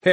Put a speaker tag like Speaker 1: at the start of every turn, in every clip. Speaker 1: Hey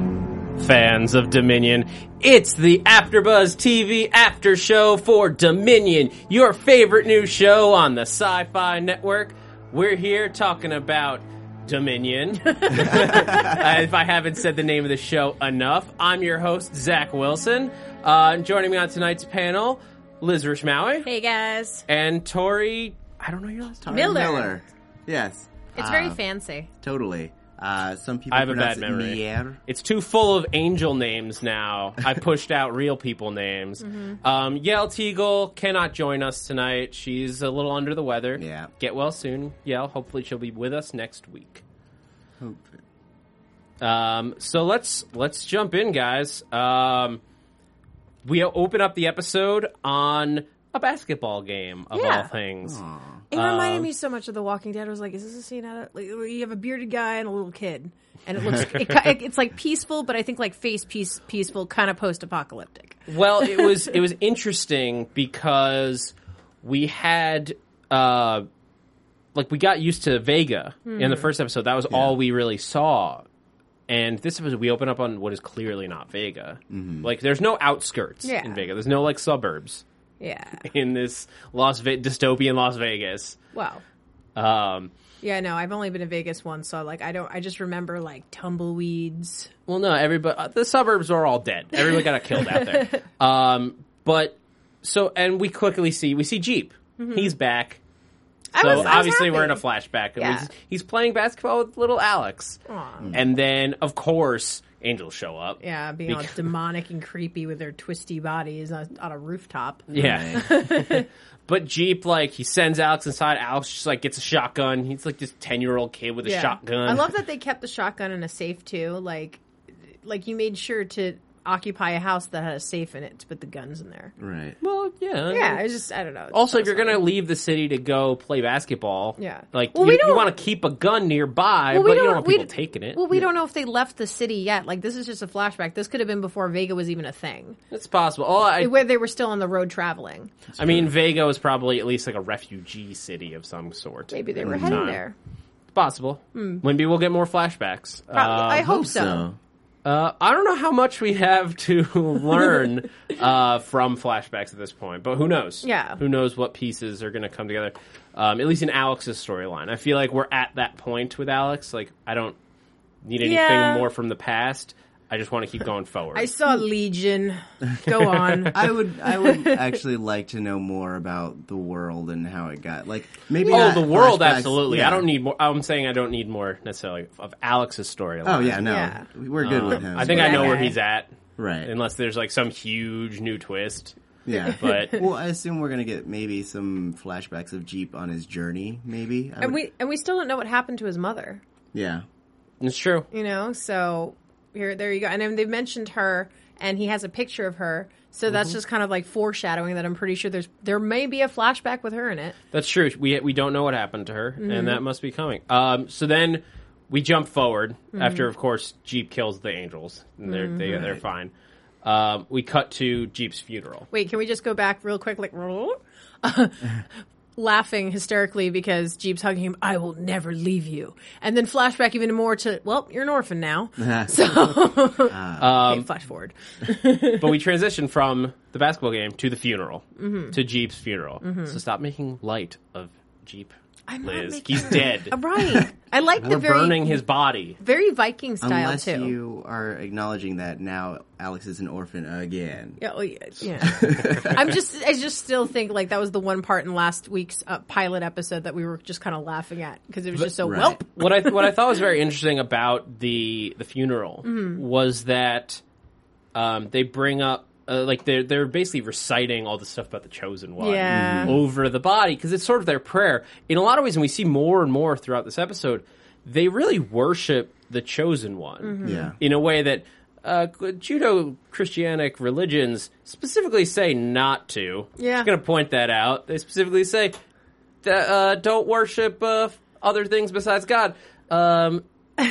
Speaker 2: fans of Dominion. It's the AfterBuzz TV After Show for Dominion, your favorite new show on the Sci-Fi Network. We're here talking about Dominion. Uh, if I haven't said the name of the show enough, I'm your host Zach Wilson. Uh, and joining me on tonight's panel, Liz Rishmawi
Speaker 3: Hey guys.
Speaker 2: and Tori. I don't know your last time.
Speaker 3: Miller.
Speaker 4: Miller. Yes.
Speaker 3: It's
Speaker 4: Uh,
Speaker 3: very fancy.
Speaker 4: Totally. Uh, some people
Speaker 2: I have a
Speaker 4: pronounce
Speaker 2: bad
Speaker 4: it
Speaker 2: memory.
Speaker 4: Mier.
Speaker 2: It's too full of angel names now. I pushed out real people names. Um, Yale Teagle cannot join us tonight. She's a little under the weather.
Speaker 4: Yeah.
Speaker 2: Get well soon, Yale. Hopefully she'll be with us next week.
Speaker 4: Hope.
Speaker 2: Um, so let's let's jump in, guys. Um, we open up the episode on a basketball game of
Speaker 3: Yeah.
Speaker 2: all things.
Speaker 3: It
Speaker 2: um,
Speaker 3: reminded me so much of The Walking Dead. I was like, is this a scene out of like, where you have a bearded guy and a little kid, and it looks it, ki- it's like peaceful, but I think like face peace peaceful, kind of post apocalyptic.
Speaker 2: Well, it was it was interesting because we had uh like we got used to Vega in the first episode. That was all we really saw. And this episode we open up on what is clearly not Vega. Like there's no outskirts
Speaker 3: Yeah.
Speaker 2: in Vega. There's no like suburbs
Speaker 3: Yeah.
Speaker 2: in this Las Ve- dystopian Las Vegas.
Speaker 3: Wow.
Speaker 2: Um
Speaker 3: Yeah. No, I've only been to Vegas once, so like I don't. I just remember like tumbleweeds.
Speaker 2: Well, no, everybody. uh, The suburbs are all dead. Everybody got killed out there. Um, but so, and we quickly see we see Jeep. He's back.
Speaker 3: I
Speaker 2: So
Speaker 3: was- I was
Speaker 2: obviously we're in a
Speaker 3: happy.
Speaker 2: flashback.
Speaker 3: Yeah.
Speaker 2: He's, he's playing basketball with little Alex, and then of course angels show up.
Speaker 3: Yeah, being all demonic and creepy with their twisty bodies on, on a rooftop.
Speaker 2: Yeah. But Jeep, like, he sends Alex inside. Alex just, like, gets a shotgun. He's, like, this 10 year old kid with a
Speaker 3: Yeah.
Speaker 2: shotgun.
Speaker 3: I love that they kept the shotgun in a safe too. Like, like you made sure to occupy a house that had a safe in it to put the guns in there.
Speaker 4: Right.
Speaker 2: Well, yeah.
Speaker 3: Yeah, I just I don't know.
Speaker 2: Also, if you're going to leave the city to go play basketball,
Speaker 3: Yeah.
Speaker 2: like,
Speaker 3: Well,
Speaker 2: you,
Speaker 3: we
Speaker 2: you
Speaker 3: don't-
Speaker 2: want to keep a gun nearby, but you don't want people taking it.
Speaker 3: Well, we don't know if they left the city yet. Like this is just a flashback. This could have been before Vega was even a thing,
Speaker 2: it's possible. Oh, I,
Speaker 3: where they were still on the road traveling.
Speaker 2: I mean, Vega was probably at least, like, a refugee city of some sort.
Speaker 3: Maybe they
Speaker 2: at
Speaker 3: were
Speaker 2: the
Speaker 3: heading
Speaker 2: time.
Speaker 3: there.
Speaker 2: Possible.
Speaker 3: Hmm.
Speaker 2: Maybe we'll get more flashbacks.
Speaker 3: Probably- I hope, so.
Speaker 2: Uh, I don't know how much we have to learn uh, from flashbacks at this point, but who knows?
Speaker 3: Yeah.
Speaker 2: Who knows what pieces are going to come together? Um, at least in Alex's storyline, I feel like we're at that point with Alex. Like, I don't need anything
Speaker 3: Yeah.
Speaker 2: more from the past. I just want to keep going forward.
Speaker 3: I saw Legion. Go on.
Speaker 4: I would. I would actually like to know more about the world and how it got. Like maybe.
Speaker 2: oh,
Speaker 4: not
Speaker 2: the world,
Speaker 4: flashbacks-
Speaker 2: absolutely.
Speaker 4: yeah.
Speaker 2: I don't need more. I'm saying I don't need more necessarily of Alex's storyline.
Speaker 4: Oh yeah, no,
Speaker 3: Yeah.
Speaker 4: we're good with him.
Speaker 2: Um, I think I know
Speaker 3: Okay.
Speaker 2: where he's at.
Speaker 4: Right.
Speaker 2: Unless there's like some huge new twist.
Speaker 4: Yeah.
Speaker 2: But
Speaker 4: well, I assume we're gonna get maybe some flashbacks of Jeep on his journey. Maybe. I
Speaker 3: And
Speaker 4: would-
Speaker 3: we and we still don't know what happened to his mother.
Speaker 4: yeah.
Speaker 2: it's true.
Speaker 3: You know, so here, there you go. And then they mentioned her, and he has a picture of her. So that's just kind of like foreshadowing that I'm pretty sure there's there may be a flashback with her in it.
Speaker 2: That's true. We we don't know what happened to her,
Speaker 3: Mm-hmm.
Speaker 2: and that must be coming. Um, so then we jump forward
Speaker 3: Mm-hmm.
Speaker 2: after, of course, Jeep kills the angels. And they're they, they're fine. Um, we cut to Jeep's funeral.
Speaker 3: Wait, can we just go back real quick? Like, laughing hysterically because Jeep's hugging him. I will never leave you. And then flashback even more to, well, you're an orphan now. so, Okay, flash forward.
Speaker 2: but we transition from the basketball game to the funeral,
Speaker 3: Mm-hmm.
Speaker 2: to Jeep's funeral. So stop making light of Jeep.
Speaker 3: I'm not
Speaker 2: Liz,
Speaker 3: making-
Speaker 2: he's dead.
Speaker 3: Uh, Right. I like the
Speaker 2: We're
Speaker 3: very
Speaker 2: burning his body.
Speaker 3: very Viking style
Speaker 4: Unless
Speaker 3: too.
Speaker 4: you are acknowledging that now Alex is an orphan again.
Speaker 3: Yeah, well, yeah, yeah. I'm just, I just still think like that was the one part in last week's uh, pilot episode that we were just kind of laughing at because it was just so
Speaker 4: Right.
Speaker 3: well.
Speaker 2: what I what I thought was very interesting about the the funeral was that um, they bring up uh, like they're they're basically reciting all the stuff about the chosen one
Speaker 3: Yeah. Mhm.
Speaker 2: over the body because it's sort of their prayer. In a lot of ways, and we see more and more throughout this episode, they really worship the chosen one
Speaker 4: Yeah.
Speaker 2: in a way that uh, Judo Christianic religions specifically say not to.
Speaker 3: Yeah.
Speaker 2: just gonna point that out. They specifically say that, uh, don't worship uh, f- other things besides God. Um,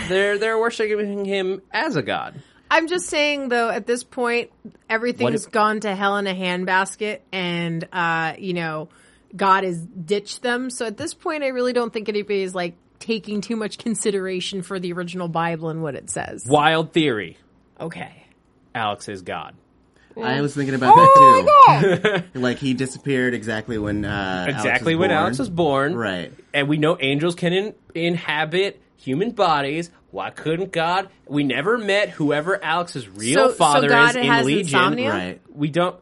Speaker 2: they're they're worshiping him as a god.
Speaker 3: I'm just saying though, at this point, everything's
Speaker 2: What-
Speaker 3: gone to hell in a handbasket, and uh, you know, God has ditched them. So at this point, I really don't think anybody is like taking too much consideration for the original Bible and what it says.
Speaker 2: Wild theory.
Speaker 3: Okay.
Speaker 2: Alex is God.
Speaker 4: I was thinking
Speaker 3: Oh
Speaker 4: about that too. like he disappeared exactly when uh,
Speaker 2: Exactly
Speaker 4: Alex was
Speaker 2: when
Speaker 4: born.
Speaker 2: Alex was born.
Speaker 4: Right.
Speaker 2: And we know angels can in- inhabit human bodies. Why couldn't God? We never met whoever Alex's real
Speaker 3: So- so
Speaker 2: father
Speaker 3: God
Speaker 2: is in
Speaker 3: has
Speaker 2: Legion.
Speaker 3: insomnia? Yeah.
Speaker 4: Right.
Speaker 2: We don't.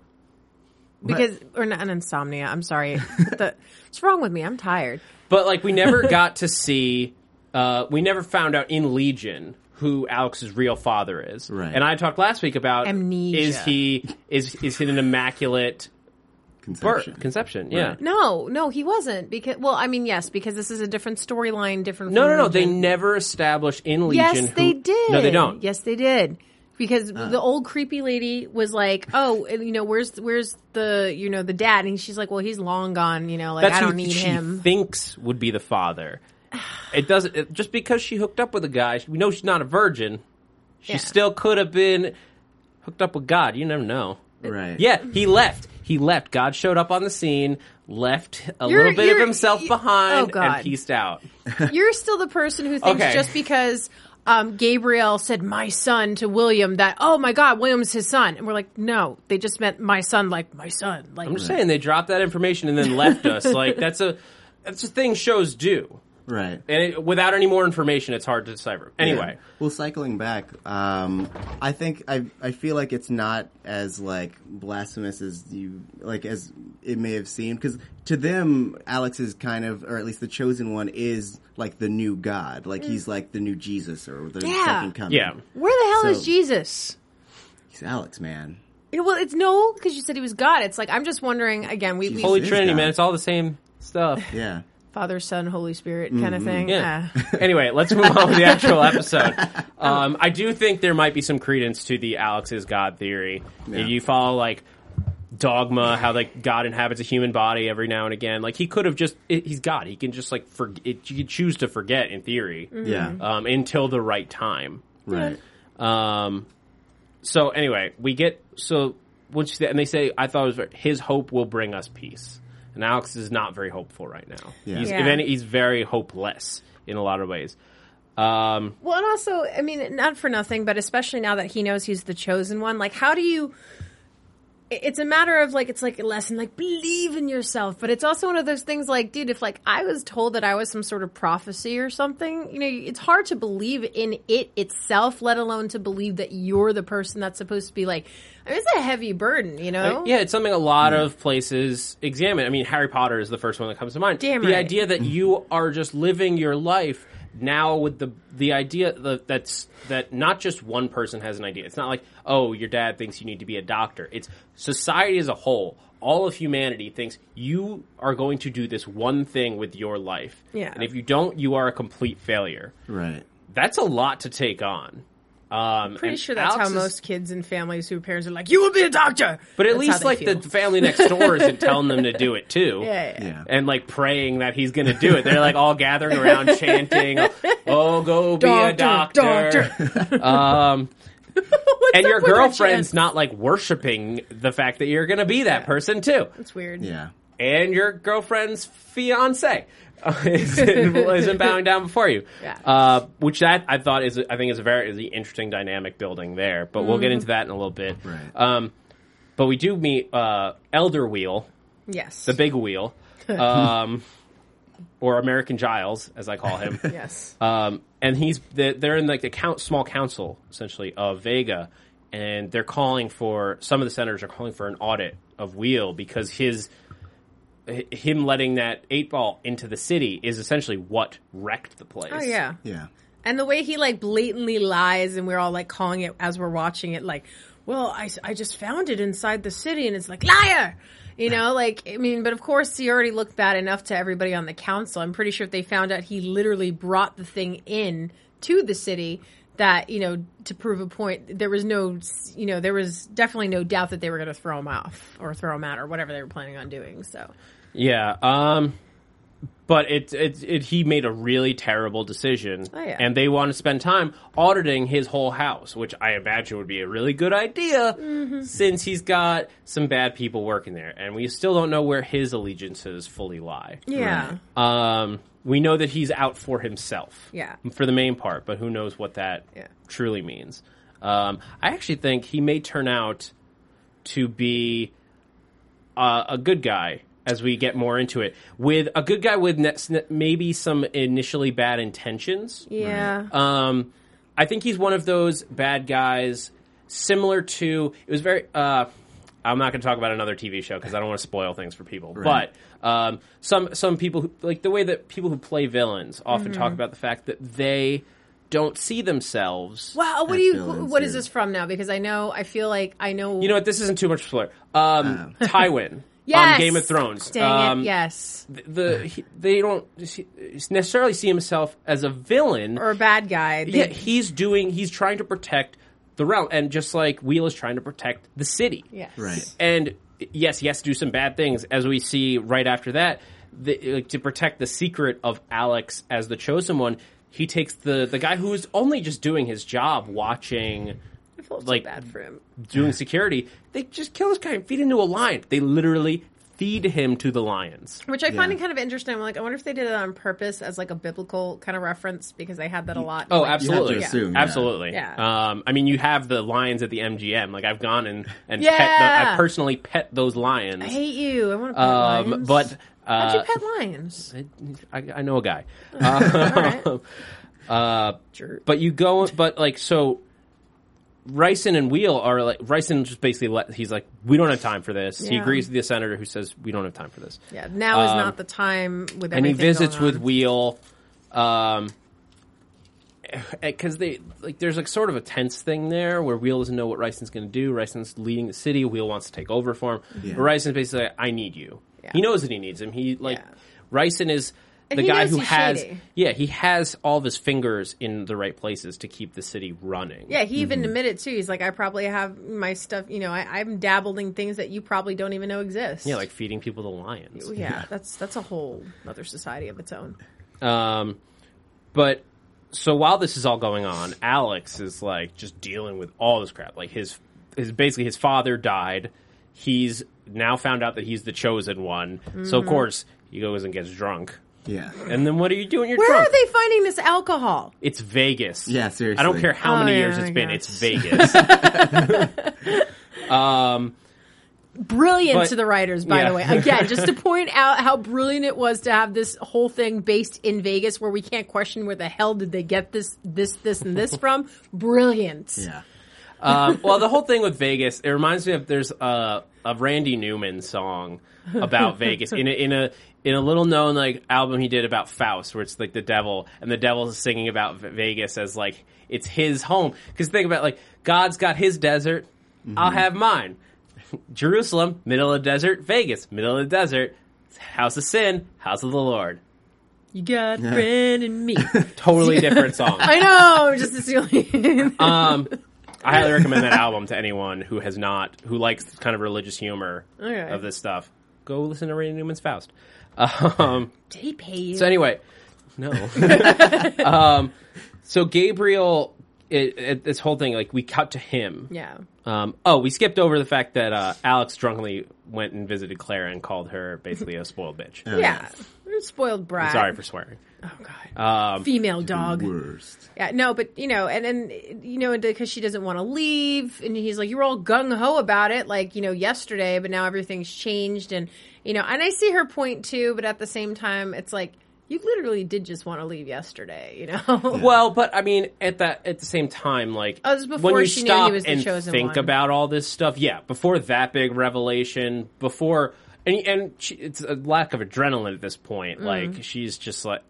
Speaker 3: Because or not an insomnia. I'm sorry. the, what's wrong with me? I'm tired.
Speaker 2: But like we never got to see uh we never found out in Legion who Alex's real father is.
Speaker 4: Right.
Speaker 2: And I talked last week about
Speaker 3: Amnesia.
Speaker 2: is he is is he an immaculate birth
Speaker 4: Conception.
Speaker 2: conception. Yeah.
Speaker 3: No, no, he wasn't. Because well, I mean, yes, because this is a different storyline, different.
Speaker 2: No,
Speaker 3: from
Speaker 2: no, no. They
Speaker 3: Legion.
Speaker 2: never established in Legion.
Speaker 3: Yes,
Speaker 2: who-
Speaker 3: they did.
Speaker 2: No, they don't. Uh.
Speaker 3: Yes, they did. Because the old creepy lady was like, "Oh, and, you know, where's where's the you know the dad?" And she's like, "Well, he's long gone. You know, like
Speaker 2: That's
Speaker 3: I don't
Speaker 2: who
Speaker 3: need
Speaker 2: she
Speaker 3: him."
Speaker 2: thinks would be the father. It doesn't it- just because she hooked up with a guy. We know she's not a virgin. She
Speaker 3: Yeah.
Speaker 2: still could have been hooked up with God. You never know.
Speaker 4: Right.
Speaker 2: Yeah, he left. He left. God showed up on the scene, left a
Speaker 3: You're-
Speaker 2: little bit of
Speaker 3: you're-
Speaker 2: himself
Speaker 3: you- oh,
Speaker 2: behind,
Speaker 3: God.
Speaker 2: and peaced out.
Speaker 3: You're still the person who thinks
Speaker 2: Okay.
Speaker 3: just because um, Gabriel said "my son" to William that, "Oh my God, William's his son," and we're like, "No, they just meant my son, like my son." Like,
Speaker 2: I'm just saying they dropped that information and then left us. Like that's a that's a thing shows do,
Speaker 4: Right.
Speaker 2: and it, without any more information, it's hard to decipher. Anyway,
Speaker 4: Yeah. Well, cycling back, um, I think I I feel like it's not as like blasphemous as you like as it may have seemed because to them Alex is kind of or at least the chosen one is like the new God, like he's like the new Jesus or the
Speaker 3: Yeah.
Speaker 4: second coming.
Speaker 2: yeah,
Speaker 3: where the hell
Speaker 4: So-
Speaker 3: is Jesus?
Speaker 4: he's Alex, man.
Speaker 3: You know, well, it's no because you said he was God. It's like I'm just wondering again. We, we
Speaker 2: Holy
Speaker 4: is
Speaker 2: Trinity,
Speaker 4: God.
Speaker 2: man, it's all the same stuff.
Speaker 4: Yeah,
Speaker 3: Father, Son, Holy Spirit kind of
Speaker 2: Mm-hmm.
Speaker 3: thing.
Speaker 2: Yeah.
Speaker 3: Uh,
Speaker 2: anyway, let's move on to the actual episode. Um, I do think there might be some credence to the Alex is God theory.
Speaker 4: Yeah.
Speaker 2: If you follow like dogma, how like God inhabits a human body every now and again, like he could have just it, he's God. He can just like for, it, you could choose to forget in theory
Speaker 4: yeah,
Speaker 2: um, until the right time.
Speaker 4: right.
Speaker 2: Um, so anyway, we get so once and they say I thought it was very- his hope will bring us peace, and Alex is not very hopeful right now.
Speaker 4: Yeah.
Speaker 2: He's,
Speaker 3: Yeah.
Speaker 2: If any, he's very hopeless in a lot of ways. Um,
Speaker 3: well, and also, I mean, not for nothing, but especially now that he knows he's the chosen one, like, how do you. it- It's a matter of like, it's like a lesson, like, believe in yourself. But it's also one of those things like, dude, if like I was told that I was some sort of prophecy or something, you know, it's hard to believe in it itself, let alone to believe that you're the person that's supposed to be like, I mean, it's a heavy burden, you know?
Speaker 2: Yeah, it's something a lot of places examine. I mean, Harry Potter is the first one that comes to mind.
Speaker 3: Damn
Speaker 2: the
Speaker 3: right.
Speaker 2: idea that you are just living your life now with the the idea the, that's that not just one person has an idea. It's not like oh your dad thinks you need to be a doctor. It's society as a whole. All of humanity thinks you are going to do this one thing with your life.
Speaker 3: Yeah.
Speaker 2: And if you don't, you are a complete failure.
Speaker 4: Right.
Speaker 2: That's a lot to take on. Um,
Speaker 3: Pretty
Speaker 2: and
Speaker 3: sure that's
Speaker 2: Alex
Speaker 3: how
Speaker 2: is-
Speaker 3: most kids and families who parents are like, "You will be a doctor,"
Speaker 2: But at
Speaker 3: That's how
Speaker 2: least
Speaker 3: they
Speaker 2: like
Speaker 3: feel.
Speaker 2: the family next door isn't telling them to do it too.
Speaker 3: yeah, yeah.
Speaker 4: Yeah.
Speaker 2: and like praying that he's going to do it. They're like all gathering around chanting, "Oh, go be a
Speaker 3: Doctor,
Speaker 2: doctor." Um,
Speaker 3: What's
Speaker 2: and
Speaker 3: up
Speaker 2: your
Speaker 3: with that
Speaker 2: girlfriend's
Speaker 3: chant?
Speaker 2: not like worshiping the fact that you're going to be that person too,
Speaker 3: It's weird.
Speaker 4: yeah.
Speaker 2: and your girlfriend's fiance isn't, isn't bowing down before you.
Speaker 3: Yeah.
Speaker 2: Uh, which that I thought is I think is a very is the interesting dynamic building there, but we'll get into that in a little bit.
Speaker 4: Right.
Speaker 2: Um, but we do meet uh, Elder Wheel
Speaker 3: Yes.
Speaker 2: the big wheel, um, or American Giles, as I call him.
Speaker 3: yes.
Speaker 2: Um, and he's the- they're in like the count, small council essentially of Vega, and they're calling for some of the senators are calling for an audit of Wheel because his h- him letting that eight ball into the city is essentially what wrecked the place.
Speaker 3: oh yeah.
Speaker 4: Yeah.
Speaker 3: And the way he like blatantly lies, and we're all like calling it as we're watching it, like, well, I, I just found it inside the city, and it's like, liar! You know, like, I mean, but of course, he already looked bad enough to everybody on the council. I'm pretty sure if they found out he literally brought the thing in to the city, that, you know, to prove a point, there was no, you know, there was definitely no doubt that they were going to throw him off or throw him out or whatever they were planning on doing. So,
Speaker 2: Yeah. Um, but it, it, it, he made a really terrible decision.
Speaker 3: Oh, yeah.
Speaker 2: And they want to spend time auditing his whole house, which I imagine would be a really good idea
Speaker 3: Mm-hmm.
Speaker 2: since he's got some bad people working there. And we still don't know where his allegiances fully lie.
Speaker 3: yeah.
Speaker 2: Um, we know that he's out for himself.
Speaker 3: Yeah.
Speaker 2: For the main part, but who knows what that
Speaker 3: Yeah.
Speaker 2: truly means. Um, I actually think he may turn out to be uh, a good guy as we get more into it. With a good guy with ne- sn- maybe some initially bad intentions.
Speaker 3: Yeah.
Speaker 2: Um, I think he's one of those bad guys, similar to it was very. Uh, I'm not going to talk about another TV show because I don't want to spoil things for people.
Speaker 4: Right.
Speaker 2: But um, some some people who, like the way that people who play villains often
Speaker 3: Mm-hmm.
Speaker 2: talk about the fact that they don't see themselves.
Speaker 3: Wow, what do you?
Speaker 4: villains,
Speaker 3: What is
Speaker 4: yeah.
Speaker 3: this from now? Because I know, I feel like I know.
Speaker 2: You know what? This isn't too much spoiler. Um, Tywin
Speaker 3: yes!
Speaker 2: on Game of Thrones.
Speaker 3: Dang
Speaker 2: Um,
Speaker 3: it! Yes,
Speaker 2: The he, they don't see- necessarily see himself as a villain
Speaker 3: or a bad guy. They-
Speaker 2: yeah, he's doing. He's trying to protect the realm, and just like Wheel is trying to protect the city.
Speaker 3: Yes.
Speaker 4: Right.
Speaker 2: And yes, he has to do some bad things, as we see right after that. The, like, to protect the secret of Alex as the chosen one, he takes the the guy who is only just doing his job, watching,
Speaker 3: I felt so
Speaker 2: like-
Speaker 3: bad for him.
Speaker 2: doing security. They just kill this guy and feed him to a lion. They literally feed him to the lions.
Speaker 3: Which I find it kind of interesting. I'm like, I wonder if they did it on purpose as like a biblical kind of reference because I had that a lot.
Speaker 2: Oh,
Speaker 3: Like,
Speaker 2: absolutely,
Speaker 4: assume, yeah.
Speaker 2: absolutely.
Speaker 3: Yeah.
Speaker 2: Um, I mean, you have the lions at the MGM. Like I've gone and and pet the,
Speaker 3: Yeah.
Speaker 2: I personally pet those lions.
Speaker 3: I hate you. I want to pet
Speaker 2: um,
Speaker 3: lions.
Speaker 2: but
Speaker 3: how'd you
Speaker 2: uh,
Speaker 3: pet lions?
Speaker 2: I, I know a guy.
Speaker 3: All right.
Speaker 2: Uh,
Speaker 3: Jerk.
Speaker 2: but you go, but like so. Ryson and Wheel are like Ryson just basically let he's like we don't have time for this. He
Speaker 3: Yeah.
Speaker 2: agrees with the senator who says we don't have time for this.
Speaker 3: Yeah, now is not the time with everything.
Speaker 2: um, and he visits
Speaker 3: going
Speaker 2: with
Speaker 3: on.
Speaker 2: Wheel, um, because they like there's like sort of a tense thing there where Wheel doesn't know what Ryson's going to do. Ryson's leading the city. Wheel wants to take over for him. But Ryson's basically, like, I need you.
Speaker 3: Yeah.
Speaker 2: He knows that he needs him. He like
Speaker 3: Yeah.
Speaker 2: Ryson is the
Speaker 3: he
Speaker 2: guy
Speaker 3: knows
Speaker 2: who
Speaker 3: he's
Speaker 2: has
Speaker 3: shady.
Speaker 2: yeah he has all of his fingers in the right places to keep the city running.
Speaker 3: Yeah, he even
Speaker 2: Mm-hmm.
Speaker 3: admitted too. He's like, I probably have my stuff. You know, I, I'm dabbled in things that you probably don't even know exist.
Speaker 2: Yeah, like feeding people to lions.
Speaker 3: yeah, that's that's a whole other society of its own.
Speaker 2: Um, but so while this is all going on, Alex is like just dealing with all this crap. Like his, his basically his father died. He's now found out that he's the chosen one. So of
Speaker 3: Mm-hmm.
Speaker 2: course he goes and gets drunk.
Speaker 4: Yeah.
Speaker 2: And then what are you doing? You're
Speaker 3: Where
Speaker 2: drunk.
Speaker 3: are they finding this alcohol?
Speaker 2: It's Vegas.
Speaker 4: Yeah, seriously.
Speaker 2: I don't care how
Speaker 3: Oh,
Speaker 2: many
Speaker 3: yeah,
Speaker 2: years
Speaker 3: I
Speaker 2: it's been.
Speaker 3: guess.
Speaker 2: It's Vegas.
Speaker 3: Brilliant
Speaker 2: But-
Speaker 3: to the writers, by
Speaker 2: yeah.
Speaker 3: the way. Again, just to point out how brilliant it was to have this whole thing based in Vegas, where we can't question where the hell did they get this, this, this, and this from. Brilliant.
Speaker 4: Yeah.
Speaker 2: um, well, the whole thing with Vegas, it reminds me of there's uh, a Randy Newman song about Vegas in a, in a in a little known like album he did about Faust, where it's like the devil and the devil is singing about V- Vegas as like it's his home. Because think about it, like God's got his desert, I'll have mine. Jerusalem, middle of the desert. Vegas, middle of the desert. House of sin, house of the Lord.
Speaker 3: You got Brandon and me.
Speaker 2: Totally different song.
Speaker 3: I know. Just as you
Speaker 2: Um, I highly recommend that album to anyone who has not, who likes this kind of religious humor
Speaker 3: Okay.
Speaker 2: of this stuff. Go listen to Randy Newman's Faust. Um,
Speaker 3: Did he pay you?
Speaker 2: so anyway, no. um, so Gabriel, it, it, this whole thing, like we cut to him.
Speaker 3: yeah.
Speaker 2: Um, oh, we skipped over the fact that uh, Alex drunkenly went and visited Clara and called her basically a spoiled bitch.
Speaker 3: Yeah. We're a spoiled brat.
Speaker 2: Sorry Um, for swearing.
Speaker 3: Oh god. Female dog.
Speaker 4: Worst.
Speaker 3: Yeah, no, but you know, and then you know, because she doesn't want to leave, and he's like, "You were all gung ho about it, like you know, yesterday, but now everything's changed." And you know, and I see her point too, but at the same time, it's like you literally did just want to leave yesterday, you know?
Speaker 2: Well, but I mean, at that at the same time, like
Speaker 3: Oh, this is before
Speaker 2: when you
Speaker 3: she knew he
Speaker 2: stop
Speaker 3: was the
Speaker 2: and
Speaker 3: chosen
Speaker 2: think
Speaker 3: one.
Speaker 2: about all this stuff, yeah. Before that big revelation, before and and she, it's a lack of adrenaline at this
Speaker 3: Mm.
Speaker 2: point. Like she's just like,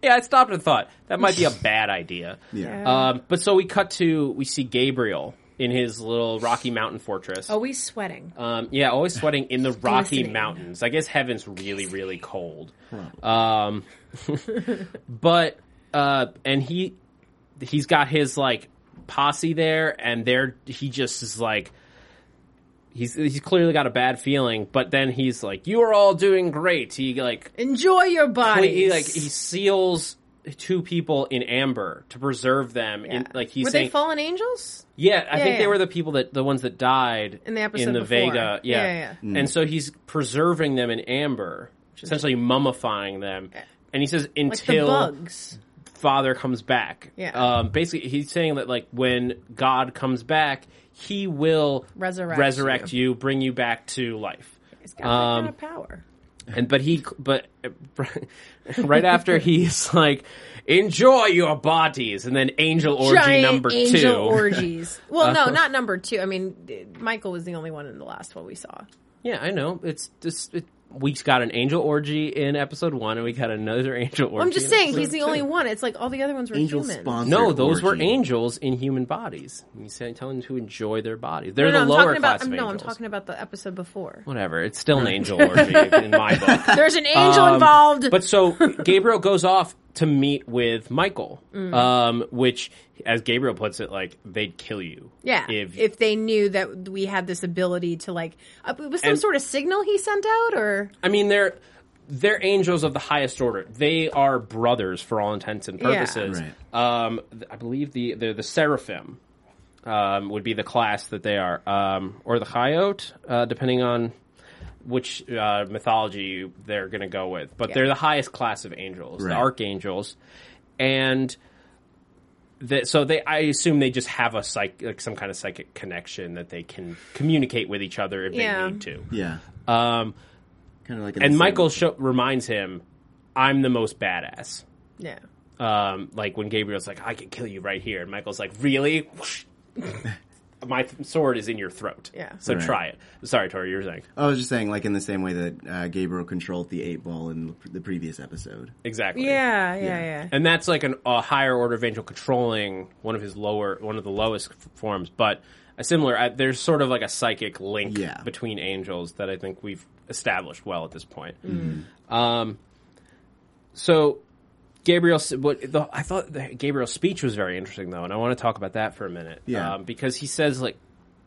Speaker 2: yeah, I stopped and thought that might be a bad idea.
Speaker 4: Yeah.
Speaker 2: Um, but so we cut to we see Gabriel in his little Rocky Mountain fortress.
Speaker 3: Always sweating.
Speaker 2: Um, yeah, always sweating in the Rocky
Speaker 3: Glistening.
Speaker 2: Mountains. I guess heaven's really, really cold. Um, but uh, and he he's got his like posse there, and there he just is like he's he's clearly got a bad feeling. But then he's like, "You are all doing great." He like
Speaker 3: Enjoy your body.
Speaker 2: he like he seals two people in amber to preserve them. In, like he's
Speaker 3: were
Speaker 2: saying,
Speaker 3: they fallen angels?
Speaker 2: yeah, I
Speaker 3: Yeah,
Speaker 2: think they
Speaker 3: yeah.
Speaker 2: were the people that the ones that died
Speaker 3: In the episode
Speaker 2: in the
Speaker 3: before.
Speaker 2: Vega. Yeah,
Speaker 3: Yeah, yeah.
Speaker 2: and so he's preserving them in amber, essentially mummifying them. And he says
Speaker 3: Like
Speaker 2: until
Speaker 3: the bugs.
Speaker 2: Father comes back.
Speaker 3: Yeah.
Speaker 2: Um, basically, he's saying that like when God comes back, He will
Speaker 3: Resurrect
Speaker 2: you. bring you back to life.
Speaker 3: It's got that
Speaker 2: um,
Speaker 3: kind of power.
Speaker 2: And but he but right after he's like, enjoy your bodies, and then angel orgy
Speaker 3: Giant
Speaker 2: number
Speaker 3: angel
Speaker 2: two. Uh-huh.
Speaker 3: orgies. Well, no, not number two. I mean, Michael was the only one in the last one we saw.
Speaker 2: Yeah, I know. It's just it, we got an angel orgy in episode one, and we got another angel orgy.
Speaker 3: I'm just
Speaker 2: in
Speaker 3: saying,
Speaker 2: episode
Speaker 3: he's the
Speaker 2: two.
Speaker 3: only one. It's like all the other ones were
Speaker 4: Angel
Speaker 3: humans.
Speaker 4: sponsored.
Speaker 2: No, those were
Speaker 4: orgy.
Speaker 2: angels in human bodies. You say telling them to enjoy their bodies. They're
Speaker 3: No, no,
Speaker 2: the
Speaker 3: I'm
Speaker 2: lower
Speaker 3: talking
Speaker 2: class
Speaker 3: about.
Speaker 2: of
Speaker 3: I'm, no, I'm
Speaker 2: angels.
Speaker 3: talking about the episode before.
Speaker 2: Whatever. It's still an angel orgy in my book.
Speaker 3: There's an angel
Speaker 2: Um,
Speaker 3: involved.
Speaker 2: But so Gabriel goes off to meet with Michael,
Speaker 3: Mm.
Speaker 2: um, which, as Gabriel puts it, like they'd kill you.
Speaker 3: yeah, if,
Speaker 2: If,
Speaker 3: they knew that we had this ability to like, uh, was some
Speaker 2: And-
Speaker 3: sort of signal he sent out, or
Speaker 2: I mean they're they're angels of the highest order. They are brothers for all intents and
Speaker 3: Yeah.
Speaker 2: purposes. Um, th- I believe the they're the seraphim um, would be the class that they are, um, or the chayyot, uh, depending on which uh, mythology they're going to go with. But they're the highest class of angels, the
Speaker 4: Right.
Speaker 2: archangels, and. That, so they, I assume they just have a psych, like some kind of psychic connection that they can communicate with each other if
Speaker 3: Yeah.
Speaker 2: they need to.
Speaker 4: Yeah.
Speaker 2: Um,
Speaker 4: Kind of like.
Speaker 2: and Michael sho reminds him, "I'm the most badass."
Speaker 3: yeah,
Speaker 2: Um, like when Gabriel's like, "I can kill you right here," and Michael's like, "Really? Whoosh. My th- sword is in your throat.
Speaker 3: Yeah.
Speaker 2: so
Speaker 4: Right.
Speaker 2: try it." Sorry, Tori, you were saying
Speaker 4: I was just saying, like in the same way that uh, Gabriel controlled the eight ball in the, pr- the previous episode.
Speaker 2: exactly.
Speaker 3: yeah, yeah, yeah.
Speaker 2: and that's like an, a higher order of angel controlling one of his lower, one of the lowest f- forms, but. A similar, uh, there's sort of like a psychic link
Speaker 4: Yeah.
Speaker 2: between angels that I think we've established well at this point.
Speaker 4: Mm-hmm.
Speaker 2: Um, so Gabriel, what the, I thought that Gabriel's speech was very interesting though, and I want to talk about that for a minute.
Speaker 4: Yeah.
Speaker 2: um, because he says like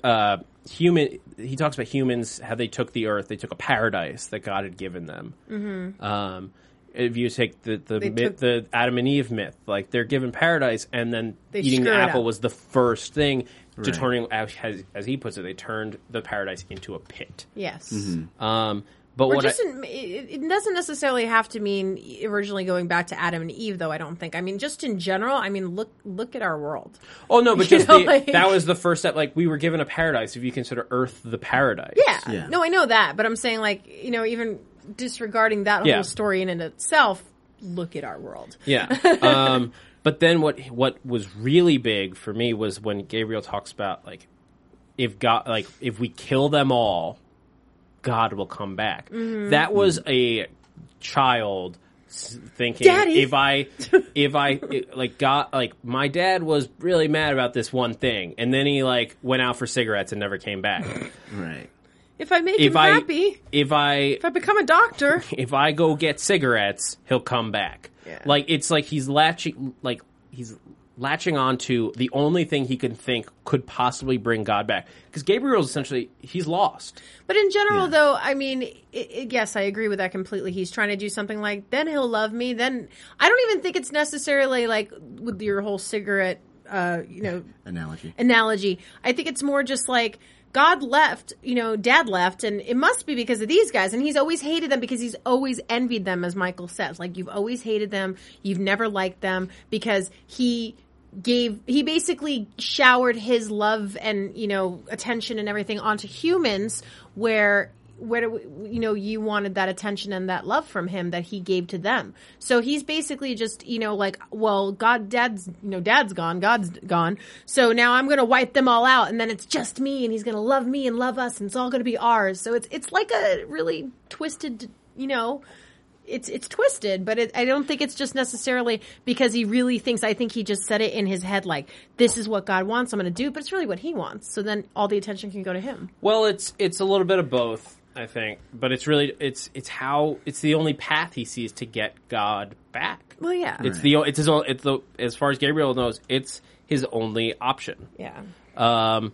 Speaker 2: uh, human. He talks about humans how they took the earth, they took a paradise that God had given them. Mm-hmm. Um, if you take the the,
Speaker 3: They
Speaker 2: myth,
Speaker 3: took-
Speaker 2: the Adam and Eve myth, like they're given paradise, and then
Speaker 3: They
Speaker 2: eating the
Speaker 3: screw it
Speaker 2: apple
Speaker 3: up.
Speaker 2: was the first thing to
Speaker 4: Right.
Speaker 2: turning, as, as he puts it, they turned the paradise into a pit.
Speaker 3: Yes.
Speaker 2: Um, but
Speaker 3: Or
Speaker 2: what
Speaker 3: just
Speaker 2: I,
Speaker 3: in, it, it doesn't necessarily have to mean originally going back to Adam and Eve, though. I don't think. I mean, just in general. I mean, look look at our world.
Speaker 2: Oh no, but
Speaker 3: You
Speaker 2: just
Speaker 3: know,
Speaker 2: the,
Speaker 3: like-
Speaker 2: that was the first step. Like we were given a paradise. If you consider Earth the paradise,
Speaker 3: Yeah.
Speaker 4: Yeah.
Speaker 3: No, I know that, but I'm saying like you know even disregarding that
Speaker 2: Yeah.
Speaker 3: whole story in and of itself. Look at our world.
Speaker 2: yeah. Um, but then what what was really big for me was when Gabriel talks about like if God like if we kill them all, God will come back. That was a child s- thinking
Speaker 3: Daddy.
Speaker 2: if I if I it- like got like my dad was really mad about this one thing and then he like went out for cigarettes and never came back.
Speaker 4: Right.
Speaker 3: If I make
Speaker 2: if
Speaker 3: him
Speaker 2: I
Speaker 3: happy,
Speaker 2: if I
Speaker 3: if I become a doctor,
Speaker 2: if I go get cigarettes, he'll come back.
Speaker 3: Yeah.
Speaker 2: Like it's like he's latching like he's latching on to the only thing he can think could possibly bring God back. Because Gabriel's essentially he's lost.
Speaker 3: But in general, though, I mean, i i yes, I agree with that completely. He's trying to do something like, then he'll love me. Then I don't even think it's necessarily like with your whole cigarette, uh, you know,
Speaker 4: Analogy.
Speaker 3: analogy. I think it's more just like God left, you know, dad left, and it must be because of these guys. And he's always hated them because he's always envied them, as Michael says. Like, you've always hated them, you've never liked them because he gave, he basically showered his love and, you know, attention and everything onto humans where. Where do we- you know you wanted that attention and that love from him that he gave to them? So he's basically just you know like, well, God, dad's you know dad's gone, God's gone, so now I'm gonna wipe them all out, and then it's just me, and he's gonna love me and love us, and it's all gonna be ours. So it's it's like a really twisted, you know, it's it's twisted, but it, I don't think it's just necessarily because he really thinks. I think he just said it in his head, like this is what God wants, I'm gonna do, but it's really what he wants. So then all the attention can go to him.
Speaker 2: Well, it's it's a little bit of both, I think. But it's really it's it's how it's the only path he sees to get God back.
Speaker 3: Well, yeah,
Speaker 2: It's the o- it's his only, it's the as far as Gabriel knows, it's his only option.
Speaker 3: yeah.
Speaker 2: Um,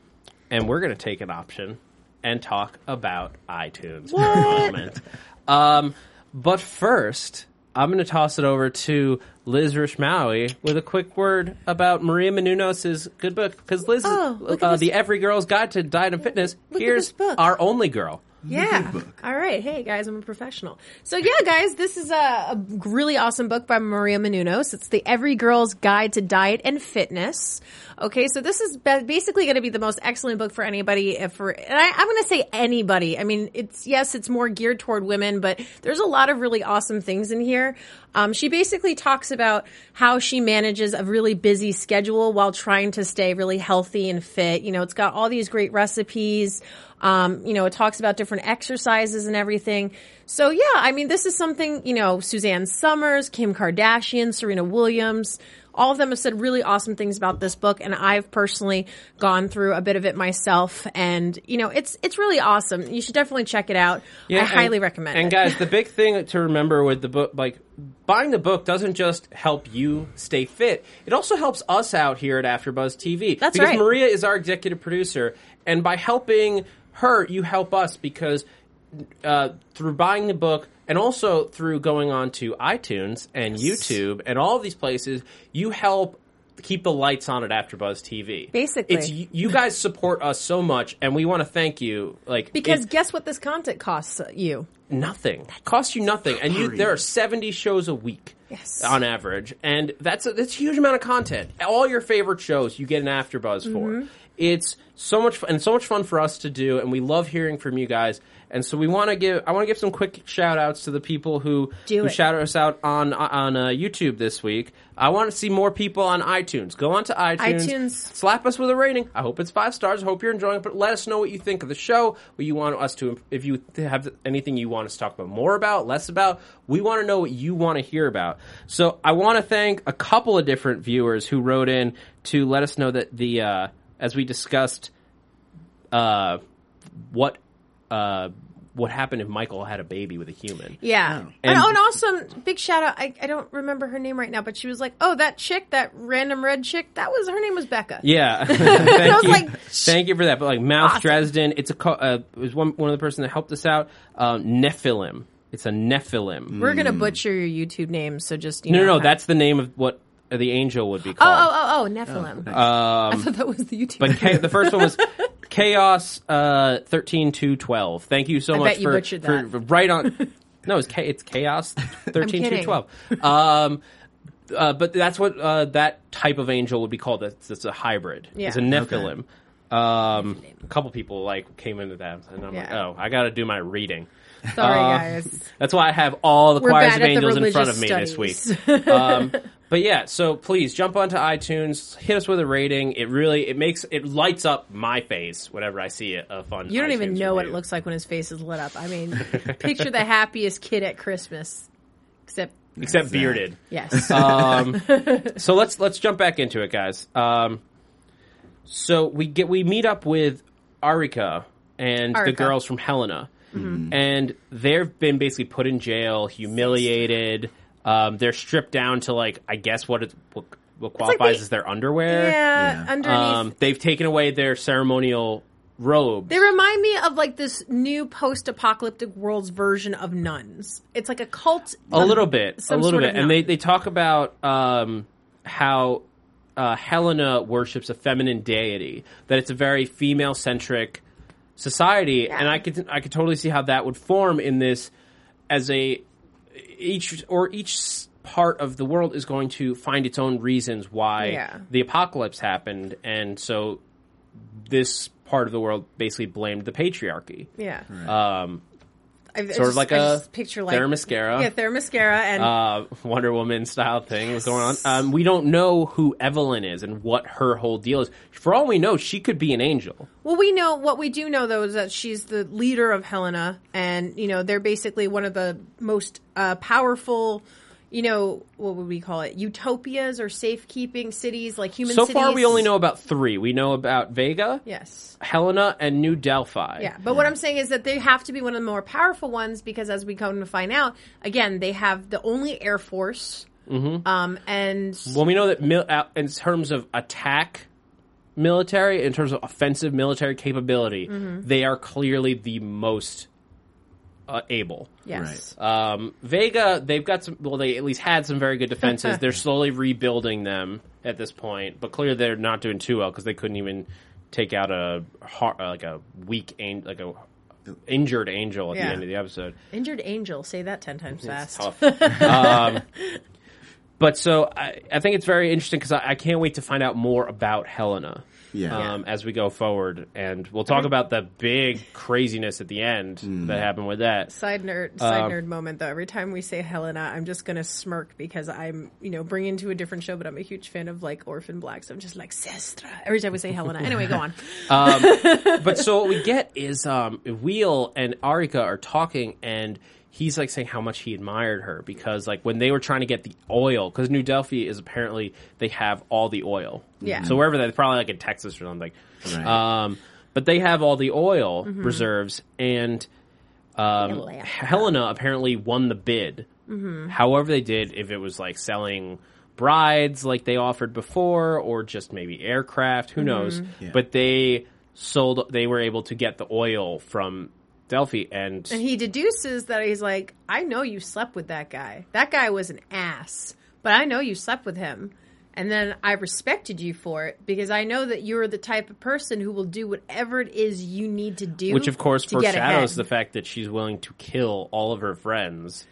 Speaker 2: and we're going to take an option and talk about iTunes for a
Speaker 3: What?
Speaker 2: moment. Um, but first, I'm going to toss it over to Liz Rishmawi with a quick word about Maria Menounos' good book. Because Liz,
Speaker 3: Oh, look at
Speaker 2: uh,
Speaker 3: this-
Speaker 2: the Every Girl's Guide to Diet and Fitness,
Speaker 3: Look at
Speaker 2: here's
Speaker 3: this book.
Speaker 2: our only girl.
Speaker 3: Yeah. All right. Hey, guys, I'm a professional. So, yeah, guys, this is a, a really awesome book by Maria Menounos. It's the Every Girl's Guide to Diet and Fitness. Okay, so this is ba- basically going to be the most excellent book for anybody. If for, and I, I'm going to say anybody. I mean, it's yes, it's more geared toward women, but there's a lot of really awesome things in here. Um, she basically talks about how she manages a really busy schedule while trying to stay really healthy and fit. You know, it's got all these great recipes. Um, you know, it talks about different exercises and everything. So yeah, I mean, this is something, you know, Suzanne Summers, Kim Kardashian, Serena Williams, all of them have said really awesome things about this book. And I've personally gone through a bit of it myself. And, you know, it's, it's really awesome. You should definitely check it out. I
Speaker 2: and-
Speaker 3: highly recommend
Speaker 2: And
Speaker 3: it.
Speaker 2: guys, the big thing to remember with the book, like buying the book, doesn't just help you stay fit. It also helps us out here at AfterBuzz TV.
Speaker 3: That's
Speaker 2: because
Speaker 3: right.
Speaker 2: Maria is our executive producer, and by helping her, you help us because uh, through buying the book. And also through going on to iTunes and YouTube and all these places, you help keep the lights on at AfterBuzz TV.
Speaker 3: Basically.
Speaker 2: it's you you guys support us so much, and we want to thank you. Like
Speaker 3: because
Speaker 2: it's-
Speaker 3: guess what this content costs you?
Speaker 2: nothing. Costs you nothing, and you there are seventy shows a week.
Speaker 3: Yes.
Speaker 2: on average, and that's a, that's a huge amount of content. All your favorite shows, you get an AfterBuzz
Speaker 3: Mm-hmm.
Speaker 2: for. It's so much fun, and so much fun for us to do, and we love hearing from you guys. And so we want to give I want to give some quick shout outs to the people who
Speaker 3: Do
Speaker 2: who
Speaker 3: it.
Speaker 2: shout us out on on uh, YouTube this week. I want to see more people on iTunes. Go on to iTunes,
Speaker 3: iTunes.
Speaker 2: slap us with a rating. I hope it's five stars. I hope you're enjoying it. But let us know what you think of the show. What you want us to, if you have anything you want us to talk about more about, less about. We want to know what you want to hear about. So I want to thank a couple of different viewers who wrote in to let us know that the uh, as we discussed uh, what uh, what happened if Michael had a baby with a human.
Speaker 3: Yeah.
Speaker 2: And-
Speaker 3: And, oh, and also, big shout out. I, I don't remember her name right now, but she was like, oh, that chick, that random red chick, that was, her name was Becca.
Speaker 2: Yeah, thank
Speaker 3: was
Speaker 2: you,
Speaker 3: like,
Speaker 2: thank you for that. But like Mouse
Speaker 3: Awesome.
Speaker 2: Dresden, it's a co- uh, it was one one of the person that helped us out. Um, Nephilim, it's a Nephilim.
Speaker 3: We're going to butcher your YouTube name, so just, you
Speaker 2: Mm. No,
Speaker 3: know.
Speaker 2: no, no,
Speaker 3: I-
Speaker 2: that's the name of what the angel would be
Speaker 3: Oh,
Speaker 2: called.
Speaker 3: oh, oh, oh, Nephilim. I thought that was the YouTube
Speaker 2: Oh, But
Speaker 3: name.
Speaker 2: cha- the first one was Chaos uh, thirteen two twelve. Thank you so
Speaker 3: I
Speaker 2: much
Speaker 3: bet you
Speaker 2: for,
Speaker 3: butchered
Speaker 2: for-
Speaker 3: that.
Speaker 2: for right on. no, it's cha- it's Chaos thirteen two
Speaker 3: kidding.
Speaker 2: twelve. Um, uh, but that's what uh, that type of angel would be called. That's, that's a hybrid. It's a
Speaker 3: Yeah.
Speaker 2: Nephilim. Um, a couple people like came into that, and I'm like,
Speaker 3: Yeah.
Speaker 2: oh, I got to do my reading.
Speaker 3: Sorry,
Speaker 2: Uh,
Speaker 3: guys.
Speaker 2: That's why I have all the
Speaker 3: We're
Speaker 2: choirs
Speaker 3: bad
Speaker 2: of
Speaker 3: at the
Speaker 2: angels in front
Speaker 3: religious
Speaker 2: of me this
Speaker 3: studies.
Speaker 2: week. Um, But yeah, so please jump onto iTunes, hit us with a rating. It really it makes it lights up my face whenever I see it. A fun.
Speaker 3: You don't even
Speaker 2: iTunes
Speaker 3: know what it
Speaker 2: review.
Speaker 3: looks like when his face is lit up. I mean, picture the happiest kid at Christmas, except
Speaker 2: except bearded.
Speaker 3: yes,
Speaker 2: um, so let's let's jump back into it, guys. Um, so we get we meet up with Arika and the
Speaker 3: Arika. Mm-hmm.
Speaker 2: girls from Helena, and they've been basically put in jail, humiliated. Um, they're stripped down to like I guess what it what, what
Speaker 3: like
Speaker 2: qualifies
Speaker 3: they-
Speaker 2: as their underwear.
Speaker 3: yeah,
Speaker 4: Yeah.
Speaker 3: underneath.
Speaker 2: Um, they've taken away their ceremonial robes.
Speaker 3: they remind me of like this new post-apocalyptic world's version of nuns. It's like a cult.
Speaker 2: a little bit, a
Speaker 3: some
Speaker 2: little
Speaker 3: sort
Speaker 2: bit,
Speaker 3: of
Speaker 2: and they
Speaker 3: nun.
Speaker 2: they talk about um, how uh, Helena worships a feminine deity, that it's a very female centric society, and I could I could totally see how that would form in this as a each or each s- part of the world is going to find its own reasons why
Speaker 3: Yeah.
Speaker 2: the apocalypse happened, and so this part of the world basically blamed the patriarchy.
Speaker 3: yeah,
Speaker 2: Um,
Speaker 3: I, I
Speaker 2: sort
Speaker 3: just-
Speaker 2: of like
Speaker 3: I
Speaker 2: a
Speaker 3: just picture like
Speaker 2: Theramascara.
Speaker 3: yeah, Theramascara, and
Speaker 2: uh, Wonder Woman style thing was going on. Um, we don't know who Evelyn is and what her whole deal is. For all we know, she could be an angel.
Speaker 3: Well, we know what we do know though is that she's the leader of Helena, and you know they're basically one of the most uh, powerful, you know, what would we call it? Utopias or safekeeping cities, like human.
Speaker 2: so
Speaker 3: cities.
Speaker 2: far, we only know about three. We know about Vega,
Speaker 3: Yes.
Speaker 2: Helena, and New Delphi.
Speaker 3: Yeah, but what I'm saying is that they have to be one of the more powerful ones because, as we come to find out, again, they have the only air force. Um, and
Speaker 2: Well, we know that mil- uh, in terms of attack military, in terms of offensive military capability, they are clearly the most uh, able.
Speaker 3: yes,
Speaker 2: Um, Vega, they've got some. Well, they at least had some very good defenses. they're slowly rebuilding them at this point, but clearly they're not doing too well because they couldn't even take out a har- uh, like a weak an- like a injured angel at
Speaker 3: Yeah.
Speaker 2: the end of the episode.
Speaker 3: injured angel. Say that ten times fast.
Speaker 2: Tough. um, but so I, I think it's very interesting because I, I can't wait to find out more about Helena.
Speaker 4: Yeah.
Speaker 2: Um, as we go forward, and we'll talk about the big craziness at the end that happened with that.
Speaker 3: Side nerd, side nerd moment though. Every time we say Helena, I'm just gonna smirk because I'm, you know, bringing to a different show, but I'm a huge fan of like Orphan Black, so I'm just like Sestra. Every time we say Helena. Anyway, go on.
Speaker 2: but so what we get is um, Wheel and Arika are talking, and he's like saying how much he admired her because like when they were trying to get the oil, because New Delphi is apparently they have all the oil.
Speaker 3: Yeah.
Speaker 2: So wherever that, probably like in Texas or something.
Speaker 4: Right.
Speaker 2: Um, but they have all the oil reserves, and um,
Speaker 3: Helena.
Speaker 2: Helena apparently won the bid. However, they did if it was like selling brides like they offered before, or just maybe aircraft. Who knows? But they sold. They were able to get the oil from Delphi, and,
Speaker 3: And he deduces that he's like, I know you slept with that guy. That guy was an ass, but I know you slept with him. And then I respected you for it because I know that you're the type of person who will do whatever it is you need to do.
Speaker 2: which of course
Speaker 3: to get ahead.
Speaker 2: foreshadows the fact that she's willing to kill all of her friends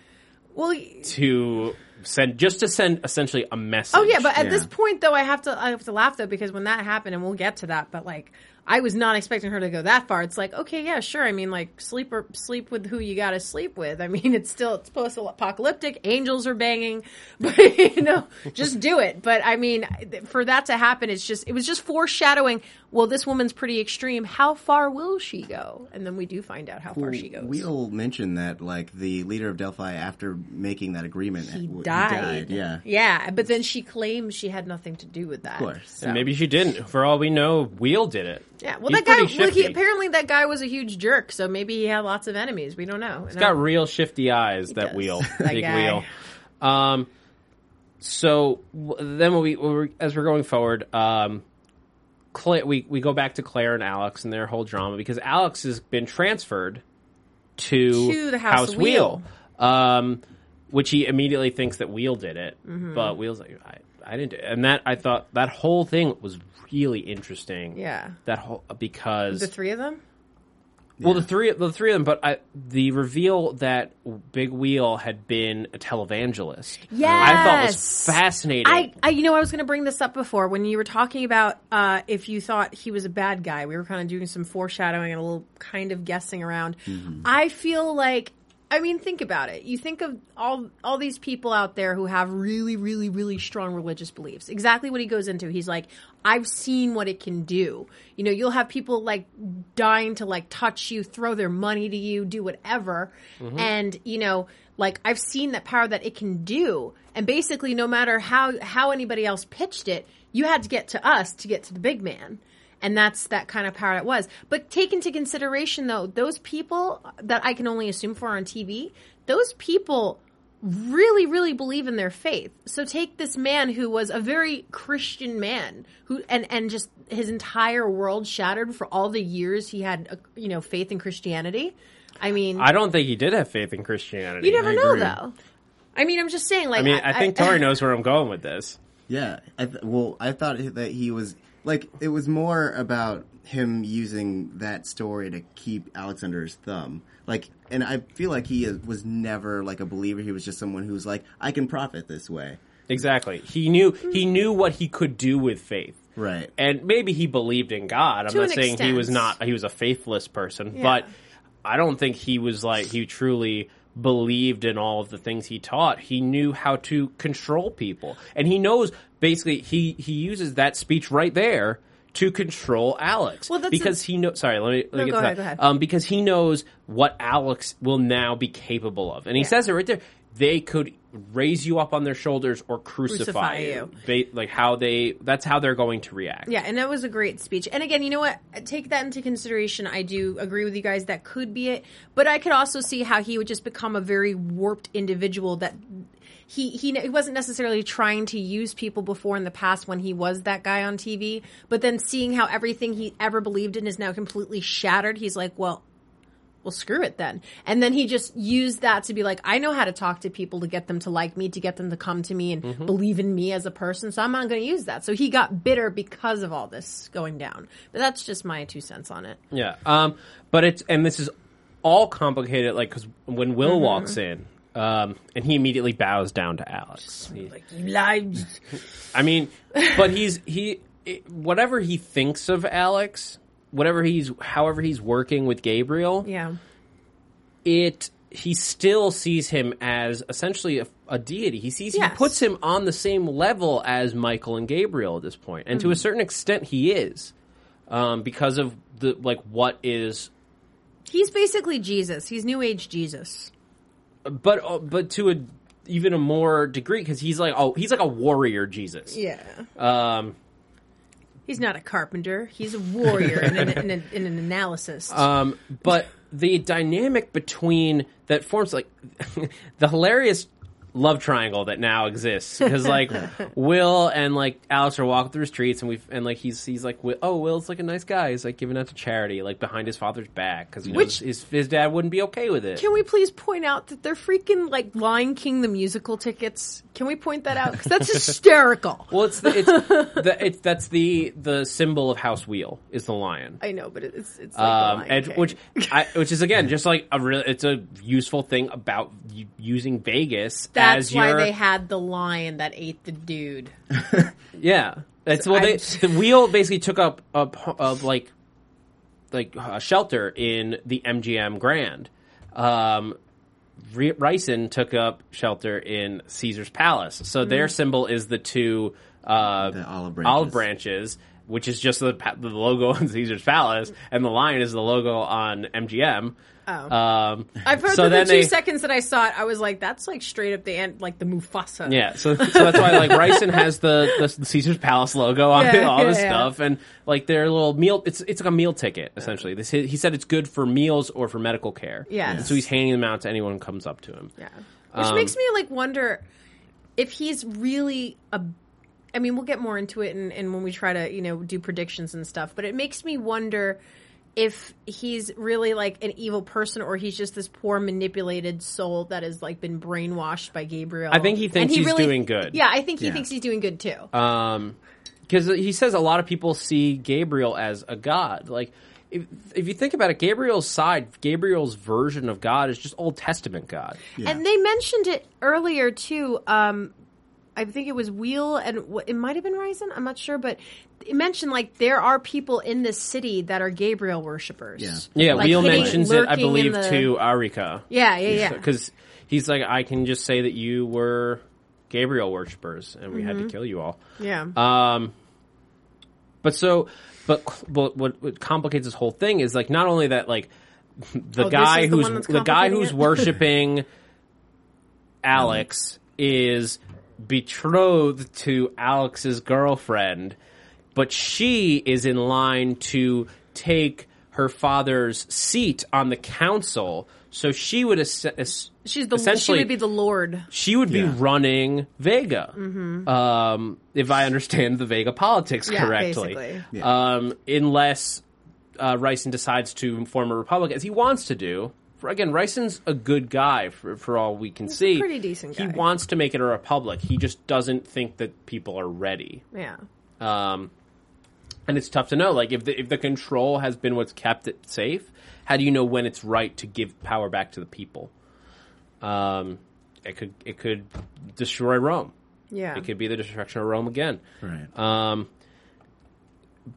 Speaker 3: well,
Speaker 2: to send just to send essentially a message.
Speaker 3: Oh yeah, but at
Speaker 4: Yeah.
Speaker 3: this point though, I have to I have to laugh though because when that happened, and we'll get to that, but like I was not expecting her to go that far. It's like okay, yeah, sure. I mean, like sleep or sleep with who you got to sleep with. I mean, it's still it's post apocalyptic. Angels are banging, but you know, just do it. But I mean, for that to happen, it's just it was just foreshadowing. Well, this woman's pretty extreme. How far will she go? And then we do find out how far she goes.
Speaker 4: We'll mention that, like the leader of Delphi, after making that agreement,
Speaker 3: He
Speaker 4: w-
Speaker 3: died.
Speaker 4: Yeah,
Speaker 3: yeah. But then she claims she had nothing to do with that.
Speaker 4: of course.
Speaker 3: So-
Speaker 2: Maybe she didn't. For all we know, Wheel did it.
Speaker 3: Yeah, well,
Speaker 2: He's
Speaker 3: that guy.
Speaker 2: pretty
Speaker 3: Well, he,
Speaker 2: shifty.
Speaker 3: apparently, that guy was a huge jerk, so maybe he had lots of enemies. We don't know.
Speaker 2: He's got real shifty eyes. that
Speaker 3: does.
Speaker 2: wheel,
Speaker 3: That
Speaker 2: big
Speaker 3: guy.
Speaker 2: wheel. Um, so w- then when we, when we as we're going forward, um, Cla- we we go back to Claire and Alex and their whole drama because Alex has been transferred to,
Speaker 3: To the House Wheel.
Speaker 2: um, which he immediately thinks that Wheel did it,
Speaker 3: Mm-hmm.
Speaker 2: but Wheel's like, I, I didn't. Do it. And that I thought that whole thing was really interesting.
Speaker 3: Yeah.
Speaker 2: that whole because
Speaker 3: the three of them.
Speaker 2: well, the three, the three of them, but I, the reveal that Big Wheel had been a televangelist, I thought was
Speaker 3: Yes.
Speaker 2: fascinating.
Speaker 3: I, I, you know, I was going to bring this up before when you were talking about uh, if you thought he was a bad
Speaker 2: Mm-hmm.
Speaker 3: guy. We were kind of doing some foreshadowing and a little kind of guessing around. I feel like I mean, think about it. You think of all all these people out there who have really, really, really strong religious beliefs. Exactly what he goes into. He's like, I've seen what it can do. You know, you'll have people like dying to like touch you, throw their money to you, do whatever, and you know, like I've seen that power that it can do. And basically, no matter how how anybody else pitched it, you had to get to us to get to the big man and that's that kind of power it was. But take into consideration though, those people that I can only assume for on TV, those people really, really believe in their faith. So take this man who was a very Christian man who and and just his entire world shattered for all the years he had, uh, you know, faith in Christianity. I mean,
Speaker 2: I don't think he did have faith in Christianity.
Speaker 3: you never
Speaker 2: I
Speaker 3: know
Speaker 2: agree.
Speaker 3: though. I mean, I'm just saying. Like,
Speaker 2: I mean, I think Tori knows where I'm going with this.
Speaker 4: Yeah. I th- well, I thought that he was like it was more about him using that story to keep Alex under his thumb. Like, and I feel like he is, was never like a believer. He was just someone who's like, I can profit this way.
Speaker 2: Exactly. He knew he knew what he could do with faith.
Speaker 4: Right.
Speaker 2: And maybe he believed in God. I'm
Speaker 3: To
Speaker 2: not
Speaker 3: an
Speaker 2: saying he was
Speaker 3: extent.
Speaker 2: not he was a faithless person, but I don't think he was like he truly believed in all of the things he taught. He knew how to control people. And he knows basically he he uses that speech right there to control Alex.
Speaker 3: Well, that's a-
Speaker 2: because he knows sorry, let me let me get
Speaker 3: No,
Speaker 2: to
Speaker 3: go ahead,
Speaker 2: that.
Speaker 3: go ahead.
Speaker 2: Um because he knows what Alex will now be capable of. And he says it right there. They could raise you up on their shoulders or crucify,
Speaker 3: Crucify
Speaker 2: you. Ba- like how they that's how they're going to react.
Speaker 3: Yeah, and that was a great speech. And again, you know what? Take that into consideration. I do agree with you guys. That could be it, but I could also see how he would just become a very warped individual. That he he, he wasn't necessarily trying to use people before in the past when he was that guy on TV. But then seeing how everything he ever believed in is now completely shattered, he's like, well. Well, screw it then. And then he just used that to be like, I know how to talk to people to get them to like me, to get them to come to me and believe in me as a person. So I'm not going to use that. So he got bitter because of all this going down. But that's just my two cents on it.
Speaker 2: Yeah. Um, but it's and this is all complicated, like because when Will
Speaker 3: Mm-hmm.
Speaker 2: walks in, um, and he immediately bows down to Alex. He-
Speaker 3: Like, you lied.
Speaker 2: I mean, but he's he it- whatever he thinks of Alex, whatever he's however he's working with Gabriel,
Speaker 3: Yeah.
Speaker 2: it he still sees him as essentially a, a deity. He sees he
Speaker 3: Yes.
Speaker 2: puts him on the same level as Michael and Gabriel at this point, and to a certain extent, he is um, because of the like what is
Speaker 3: He's basically Jesus. He's New Age Jesus.
Speaker 2: but uh, but to a even a more degree because he's like oh he's like a warrior Jesus.
Speaker 3: Yeah.
Speaker 2: Um,
Speaker 3: He's not a carpenter. He's a warrior in, an, in, an, in an analysis.
Speaker 2: um, but the dynamic between that forms like the hilarious love triangle that now exists because like Will and like Alex are walking through the streets and we've and like he's he's like Wi- oh Will's like a nice guy he's like giving out to charity like behind his father's back because he knows
Speaker 3: Which-
Speaker 2: his his dad wouldn't be okay with it.
Speaker 3: Can we please point out that they're freaking like Lion King the musical tickets? Can we point that out? Because that's hysterical.
Speaker 2: well, it's the, it's the, it's that's the the symbol of House Wheel is the lion.
Speaker 3: I know, but it's it's like the
Speaker 2: um,
Speaker 3: Lion
Speaker 2: and
Speaker 3: King.
Speaker 2: which I, which is again just like a real it's a useful thing about u- using Vegas
Speaker 3: that's
Speaker 2: as
Speaker 3: why
Speaker 2: your
Speaker 3: they had the lion that ate the dude.
Speaker 2: yeah it's well they,
Speaker 3: I-
Speaker 2: the wheel basically took up up of like like a shelter in the MGM Grand um Re- Ryson took up shelter in Caesar's Palace
Speaker 3: Hmm.
Speaker 2: so their symbol is the two uh
Speaker 4: The olive branches.
Speaker 2: olive branches which is just the, pa- the logo on Caesar's Palace, and the lion is the logo on MGM.
Speaker 3: Oh.
Speaker 2: Um,
Speaker 3: I've heard
Speaker 2: so
Speaker 3: that the
Speaker 2: then
Speaker 3: two
Speaker 2: they-
Speaker 3: seconds that I saw it, I was like, that's like straight up the end, like the Mufasa.
Speaker 2: Yeah, so, so that's why like Ryson has the, the Caesar's Palace logo on
Speaker 3: Yeah,
Speaker 2: all this
Speaker 3: yeah, yeah.
Speaker 2: stuff, and like their little meal. It's it's like a meal ticket essentially. This he said it's good for meals or for medical care.
Speaker 3: Yes.
Speaker 2: And so he's handing them out to anyone who comes up to him.
Speaker 3: Yeah. Which
Speaker 2: Um,
Speaker 3: makes me like wonder if he's really a. I mean, we'll get more into it, and in, in when we try to you know do predictions and stuff. But it makes me wonder if he's really like an evil person, or he's just this poor manipulated soul that has like been brainwashed by Gabriel.
Speaker 2: I think he
Speaker 3: And
Speaker 2: thinks he's doing good.
Speaker 3: Yeah, I think he
Speaker 4: Yeah.
Speaker 3: thinks he's doing good too.
Speaker 2: Um, because he says a lot of people see Gabriel as a god. Like if if you think about it, Gabriel's side, Gabriel's version of God is just Old Testament God.
Speaker 3: And they mentioned it earlier too. Um, I I think it was Wheel, and w- it might have been Ryzen. I'm not sure, but it mentioned like there are people in this city that are Gabriel worshippers.
Speaker 4: Yeah.
Speaker 2: Yeah,
Speaker 3: Like,
Speaker 2: Wheel
Speaker 3: hidden-
Speaker 2: mentions it, I
Speaker 3: lurking in
Speaker 2: believe,
Speaker 3: the-
Speaker 2: to Arika.
Speaker 3: Yeah, yeah, yeah.
Speaker 2: Because he's like, I can just say that you were Gabriel worshippers, and we had
Speaker 3: Mm-hmm.
Speaker 2: to kill you all.
Speaker 3: yeah.
Speaker 2: Um, but so, but, cl- but what, what complicates this whole thing is like not only that, like the
Speaker 3: Oh, this
Speaker 2: guy
Speaker 3: is the
Speaker 2: who's
Speaker 3: one that's
Speaker 2: the guy
Speaker 3: complicating
Speaker 2: who's
Speaker 3: it?
Speaker 2: worshiping Alex
Speaker 3: Mm-hmm.
Speaker 2: is betrothed to Alex's girlfriend, but she is in line to take her father's seat on the council. So she would es- es-
Speaker 3: She's the she
Speaker 2: essentially-
Speaker 3: would be the Lord.
Speaker 2: she would be
Speaker 4: Yeah.
Speaker 2: running Vega, um, if I understand the Vega politics
Speaker 3: Mm-hmm. Yeah,
Speaker 2: correctly.
Speaker 3: basically.
Speaker 2: Um, unless uh, Ryson decides to form a republic, as he wants to do. For, again, Ryson's a good guy for, for all we can see.
Speaker 3: pretty decent
Speaker 2: He
Speaker 3: guy.
Speaker 2: wants to make it a republic. He just doesn't think that people are ready.
Speaker 3: Yeah.
Speaker 2: Um, and it's tough to know. Like if the if the control has been what's kept it safe, how do you know when it's right to give power back to the people? Um, it could it could destroy Rome.
Speaker 3: Yeah.
Speaker 2: It could be the destruction of Rome again.
Speaker 4: Right.
Speaker 2: Um,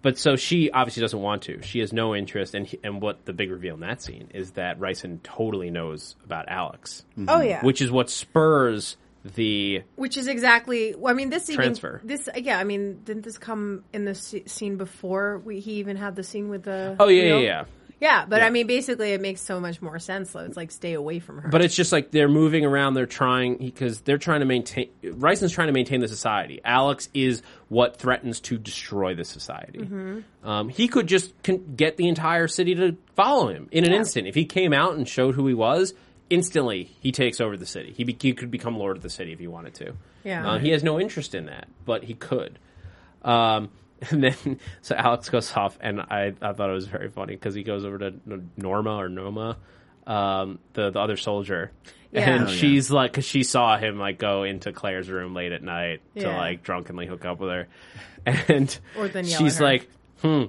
Speaker 2: but so she obviously doesn't want to. She has no interest, and he- and what the big reveal in that scene is that Ryson totally knows about Alex,
Speaker 3: oh yeah.
Speaker 2: which is what spurs the
Speaker 3: Which is exactly. well, I mean, this even
Speaker 2: Transfer.
Speaker 3: This yeah. I mean, didn't this come in the s- scene before we, he even had the scene with the?
Speaker 2: oh yeah yeah
Speaker 3: wheel?
Speaker 2: yeah.
Speaker 3: Yeah, but I mean, basically, it makes so much more sense. Though it's like stay away from her.
Speaker 2: But it's just like they're moving around. They're trying because they're trying to maintain. Ryson's trying to maintain the society. Alex is what threatens to destroy the society.
Speaker 3: Mm-hmm.
Speaker 2: Um, he could just con- get the entire city to follow him in an instant if he came out and showed who he was. Instantly, he takes over the city. He, be- he could become lord of the city if he wanted to.
Speaker 3: Yeah.
Speaker 2: Uh, he has no interest in that, but he could. Um, and then, so Alex goes off, and I, I thought it was very funny because he goes over to N- Norma or Noma, um, the the other soldier,
Speaker 3: Yeah.
Speaker 2: and
Speaker 3: Oh, yeah.
Speaker 2: she's like, because she saw him like go into Claire's room late at night to
Speaker 3: Yeah.
Speaker 2: like drunkenly hook up with her, and
Speaker 3: Or then yell at
Speaker 2: she's
Speaker 3: her.
Speaker 2: like, hmm,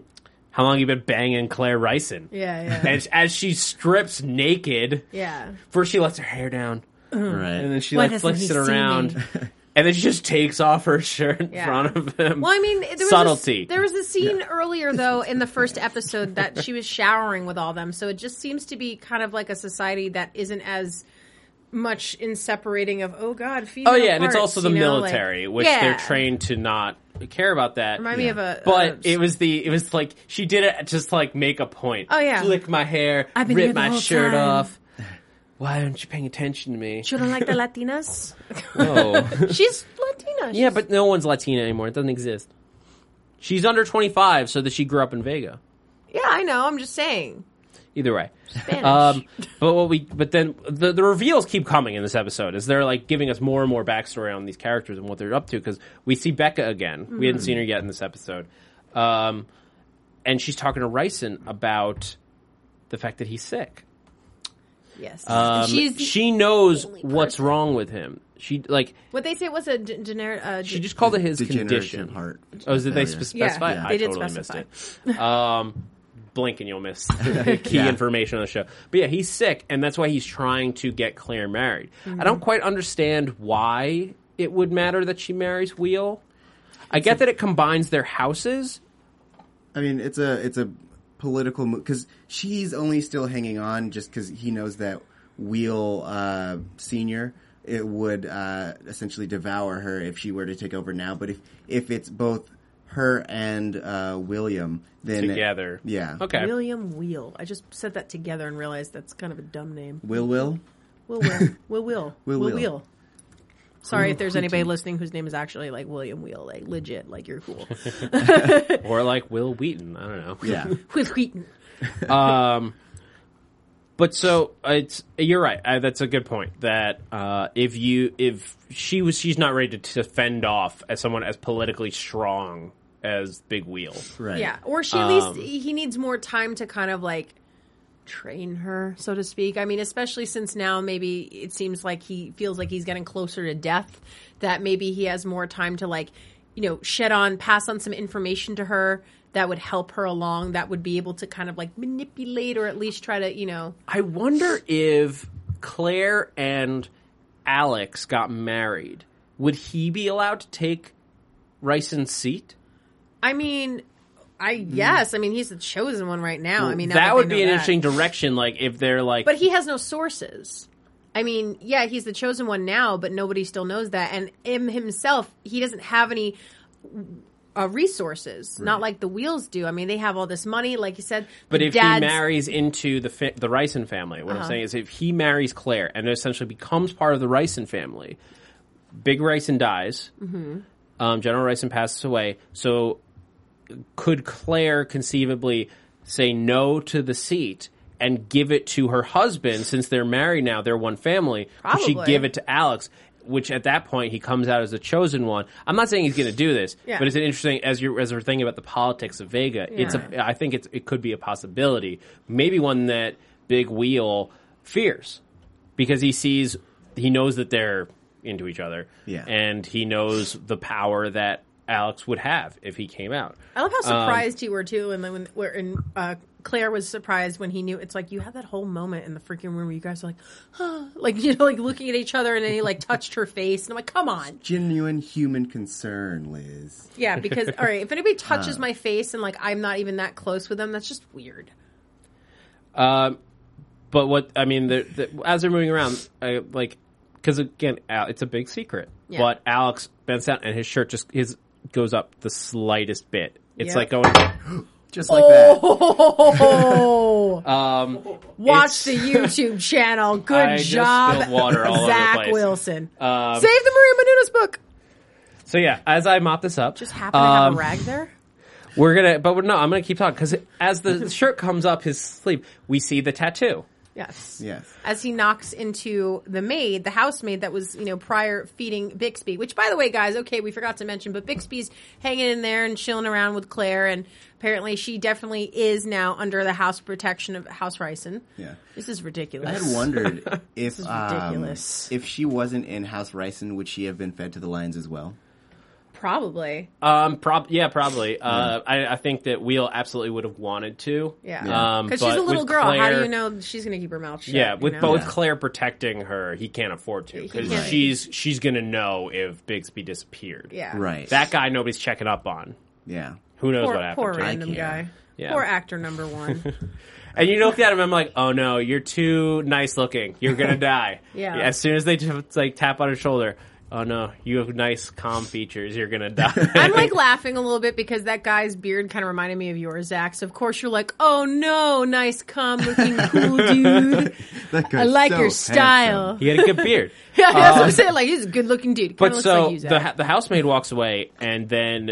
Speaker 2: how long you been banging Claire Ryson?
Speaker 3: yeah, yeah,
Speaker 2: And as she strips naked,
Speaker 3: yeah.
Speaker 2: first she lets her hair down,
Speaker 4: right.
Speaker 2: and then she
Speaker 3: Why
Speaker 2: like
Speaker 3: doesn't
Speaker 2: flicks
Speaker 3: he
Speaker 2: it
Speaker 3: see
Speaker 2: around,
Speaker 3: me?
Speaker 2: and then she just takes off her shirt in
Speaker 3: Yeah.
Speaker 2: front of him.
Speaker 3: Well, I mean, there was
Speaker 2: Subtlety.
Speaker 3: A, there was a scene earlier though in the first episode that she was showering with all them, so it just seems to be kind of like a society that isn't as much in separating of oh god, female.
Speaker 2: Oh yeah, and it's
Speaker 3: parts,
Speaker 2: also the
Speaker 3: you know, like-
Speaker 2: military, which
Speaker 3: Yeah.
Speaker 2: they're trained to not care about that.
Speaker 3: Remind me of a um,
Speaker 2: but
Speaker 3: a-
Speaker 2: it was the it was like she did it just to, like make a point.
Speaker 3: Oh, yeah.
Speaker 2: flick my hair,
Speaker 3: I've been
Speaker 2: rip
Speaker 3: here the
Speaker 2: my
Speaker 3: whole
Speaker 2: shirt
Speaker 3: time.
Speaker 2: off. Why aren't you paying attention to me?
Speaker 3: you don't like the Latinas?
Speaker 2: Oh.
Speaker 3: She's Latina.
Speaker 2: yeah, but no one's Latina anymore. It doesn't exist. She's under twenty five, so that she grew up in Vega.
Speaker 3: yeah, I know. I'm just saying.
Speaker 2: Either way,
Speaker 3: Spanish.
Speaker 2: um, but what we but then the the reveals keep coming in this episode as they're like giving us more and more backstory on these characters and what they're up to because we see Becca again. We hadn't seen her yet in this episode, um, and she's talking to Ryson about the fact that he's sick.
Speaker 3: yes,
Speaker 2: Um,
Speaker 3: she's
Speaker 2: she knows what's wrong with him. She like
Speaker 3: what they say was a d- generic. Uh,
Speaker 2: she just called it his
Speaker 4: Degeneration
Speaker 2: condition.
Speaker 4: heart.
Speaker 2: Oh, did they
Speaker 4: failure.
Speaker 2: spe- specify?
Speaker 3: Yeah,
Speaker 2: I
Speaker 3: they did
Speaker 2: totally
Speaker 3: specify.
Speaker 2: missed it. Um, blink and you'll miss the key information on the show. But yeah, he's sick, and that's why he's trying to get Claire married.
Speaker 3: Mm-hmm.
Speaker 2: I don't quite understand why it would matter that she marries Wheel. I get that it combines their houses.
Speaker 4: I mean, it's a it's a political move because she's only still hanging on just because he knows that Wheel uh, Senior it would uh, essentially devour her if she were to take over now. But if if it's both her and uh, William, then
Speaker 2: Together.
Speaker 4: yeah,
Speaker 2: Okay.
Speaker 3: William Wheel. I just said that together and realized that's kind of a dumb name.
Speaker 4: Will Will.
Speaker 3: Will Will. Will Will.
Speaker 4: Will Will.
Speaker 3: Sorry if there's anybody listening whose name is actually like William Wheel, like legit, like you're cool.
Speaker 2: Or like Will Wheaton. I don't know.
Speaker 4: Yeah,
Speaker 3: Will Wheaton.
Speaker 2: But so uh, it's you're right. I, that's a good point. That uh, if you if she was she's not ready to, to fend off as someone as politically strong as Big Wheel.
Speaker 4: right.
Speaker 3: Yeah. Or she at least he needs more time to kind of like train her, so to speak. I mean, especially since now maybe it seems like he feels like he's getting closer to death, that maybe he has more time to like, you know, shed on, pass on some information to her that would help her along, that would be able to kind of like manipulate or at least try to, you know,
Speaker 2: I wonder if Claire and Alex got married would he be allowed to take Ryson's seat?
Speaker 3: I mean, I yes. I mean, he's the chosen one right now. I mean, now
Speaker 2: Mm. that
Speaker 3: they
Speaker 2: would
Speaker 3: know
Speaker 2: be an
Speaker 3: that.
Speaker 2: interesting direction. Like if they're like,
Speaker 3: But he has no sources. I mean, yeah, he's the chosen one now, but nobody still knows that. And him himself, he doesn't have any uh, resources, not like the wheels do. I mean, they have all this money, like you said.
Speaker 2: But
Speaker 3: the
Speaker 2: if
Speaker 3: dad's- Uh-huh.
Speaker 2: he marries into the fa- the Ricin family, what I'm saying is if he marries Claire and essentially becomes part of the Ricin family, Big Ricin dies,
Speaker 3: Mm-hmm.
Speaker 2: um, General Ricin passes away. So could Claire conceivably say no to the seat and give it to her husband since they're married now, they're one family? Could she
Speaker 3: Probably.
Speaker 2: give it to Alex? Which at that point he comes out as the chosen one. I'm not saying he's going to do this,
Speaker 3: Yeah.
Speaker 2: but it's an interesting as you are as we're thinking about the politics of Vega. It's a I think it's it could be a possibility, maybe one that Big Wheel fears because he sees he knows that they're into each other,
Speaker 4: Yeah.
Speaker 2: and he knows the power that Alex would have if he came out.
Speaker 3: I love how
Speaker 2: um,
Speaker 3: surprised you were too, and then when where and uh, Claire was surprised when he knew. It's like you had that whole moment in the freaking room where you guys were like, huh, like you know, like looking at each other, and then he like touched her face, and I'm like, come on,
Speaker 4: Genuine human concern, Liz.
Speaker 3: yeah, because all right, if anybody touches my face and like I'm not even that close with them, that's just weird.
Speaker 2: Um, but what I mean, the, the, as they're moving around, I, like because again, Al, it's a big secret.
Speaker 3: Yeah.
Speaker 2: But Alex bends down and his shirt just his goes up the slightest bit. It's
Speaker 3: Yeah.
Speaker 2: like going.
Speaker 4: Just like that.
Speaker 3: Oh,
Speaker 2: it's-
Speaker 3: watch the YouTube channel. Good
Speaker 2: I just
Speaker 3: job,
Speaker 2: spilled water all over the
Speaker 3: Zach
Speaker 2: place.
Speaker 3: Wilson.
Speaker 2: Um,
Speaker 3: Save the Maria Menounos book.
Speaker 2: So yeah, as I mop this up,
Speaker 3: Just happen to have
Speaker 2: um,
Speaker 3: a rag there.
Speaker 2: We're gonna, but we're, no, I'm gonna keep talking because as the shirt comes up his sleeve, we see the tattoo.
Speaker 3: Yes.
Speaker 4: Yes.
Speaker 3: As he knocks into the maid, the housemaid that was, you know, prior feeding Bixby, which by the way, guys, okay, we forgot to mention, but Bixby's hanging in there and chilling around with Claire and apparently she definitely is now under the house protection of House Ryson.
Speaker 4: Yeah.
Speaker 3: This is
Speaker 4: I
Speaker 3: ridiculous.
Speaker 4: had wondered if
Speaker 3: is
Speaker 4: um,
Speaker 3: ridiculous.
Speaker 4: if she wasn't in House Ricin, would she have been fed to the lions as well?
Speaker 3: Probably.
Speaker 2: Um, prob yeah, probably. Uh, I, I think that Wheel absolutely would have wanted to.
Speaker 3: Hmm. Yeah.
Speaker 2: Um,
Speaker 3: Because she's
Speaker 2: but
Speaker 3: a little
Speaker 2: with
Speaker 3: girl. How do
Speaker 2: Claire-
Speaker 3: you know she's going to keep her mouth shut?
Speaker 2: Yeah,
Speaker 3: you
Speaker 2: with
Speaker 3: know?
Speaker 2: but with
Speaker 4: Yeah.
Speaker 2: Claire protecting her, he can't afford to because
Speaker 3: can't.
Speaker 2: she's she's gonna know if Bixby disappeared.
Speaker 3: Yeah.
Speaker 4: Right.
Speaker 2: that guy nobody's checking up on.
Speaker 4: yeah.
Speaker 2: Who knows
Speaker 3: Poor,
Speaker 2: what happened?
Speaker 3: poor
Speaker 2: to him.
Speaker 3: random
Speaker 4: I care.
Speaker 3: guy.
Speaker 2: Yeah.
Speaker 3: Poor actor number one.
Speaker 2: And you look at him, I'm like, oh no, you're too nice looking. You're gonna die.
Speaker 3: Yeah.
Speaker 2: As soon as they t- like tap on his shoulder, oh no, you have nice calm features. You're gonna die.
Speaker 3: I'm like laughing a little bit because that guy's beard kind of reminded me of yours, Zach. So of course you're like, oh no, nice, calm looking, cool dude.
Speaker 4: That
Speaker 3: I
Speaker 4: guy's
Speaker 3: like
Speaker 4: so
Speaker 3: your style.
Speaker 4: handsome.
Speaker 2: he had a good beard.
Speaker 3: Yeah, that's what I'm saying. Like he's a good looking dude. Kinda
Speaker 2: But
Speaker 3: looks
Speaker 2: so
Speaker 3: like you, Zach.
Speaker 2: the ha- the housemaid walks away, and then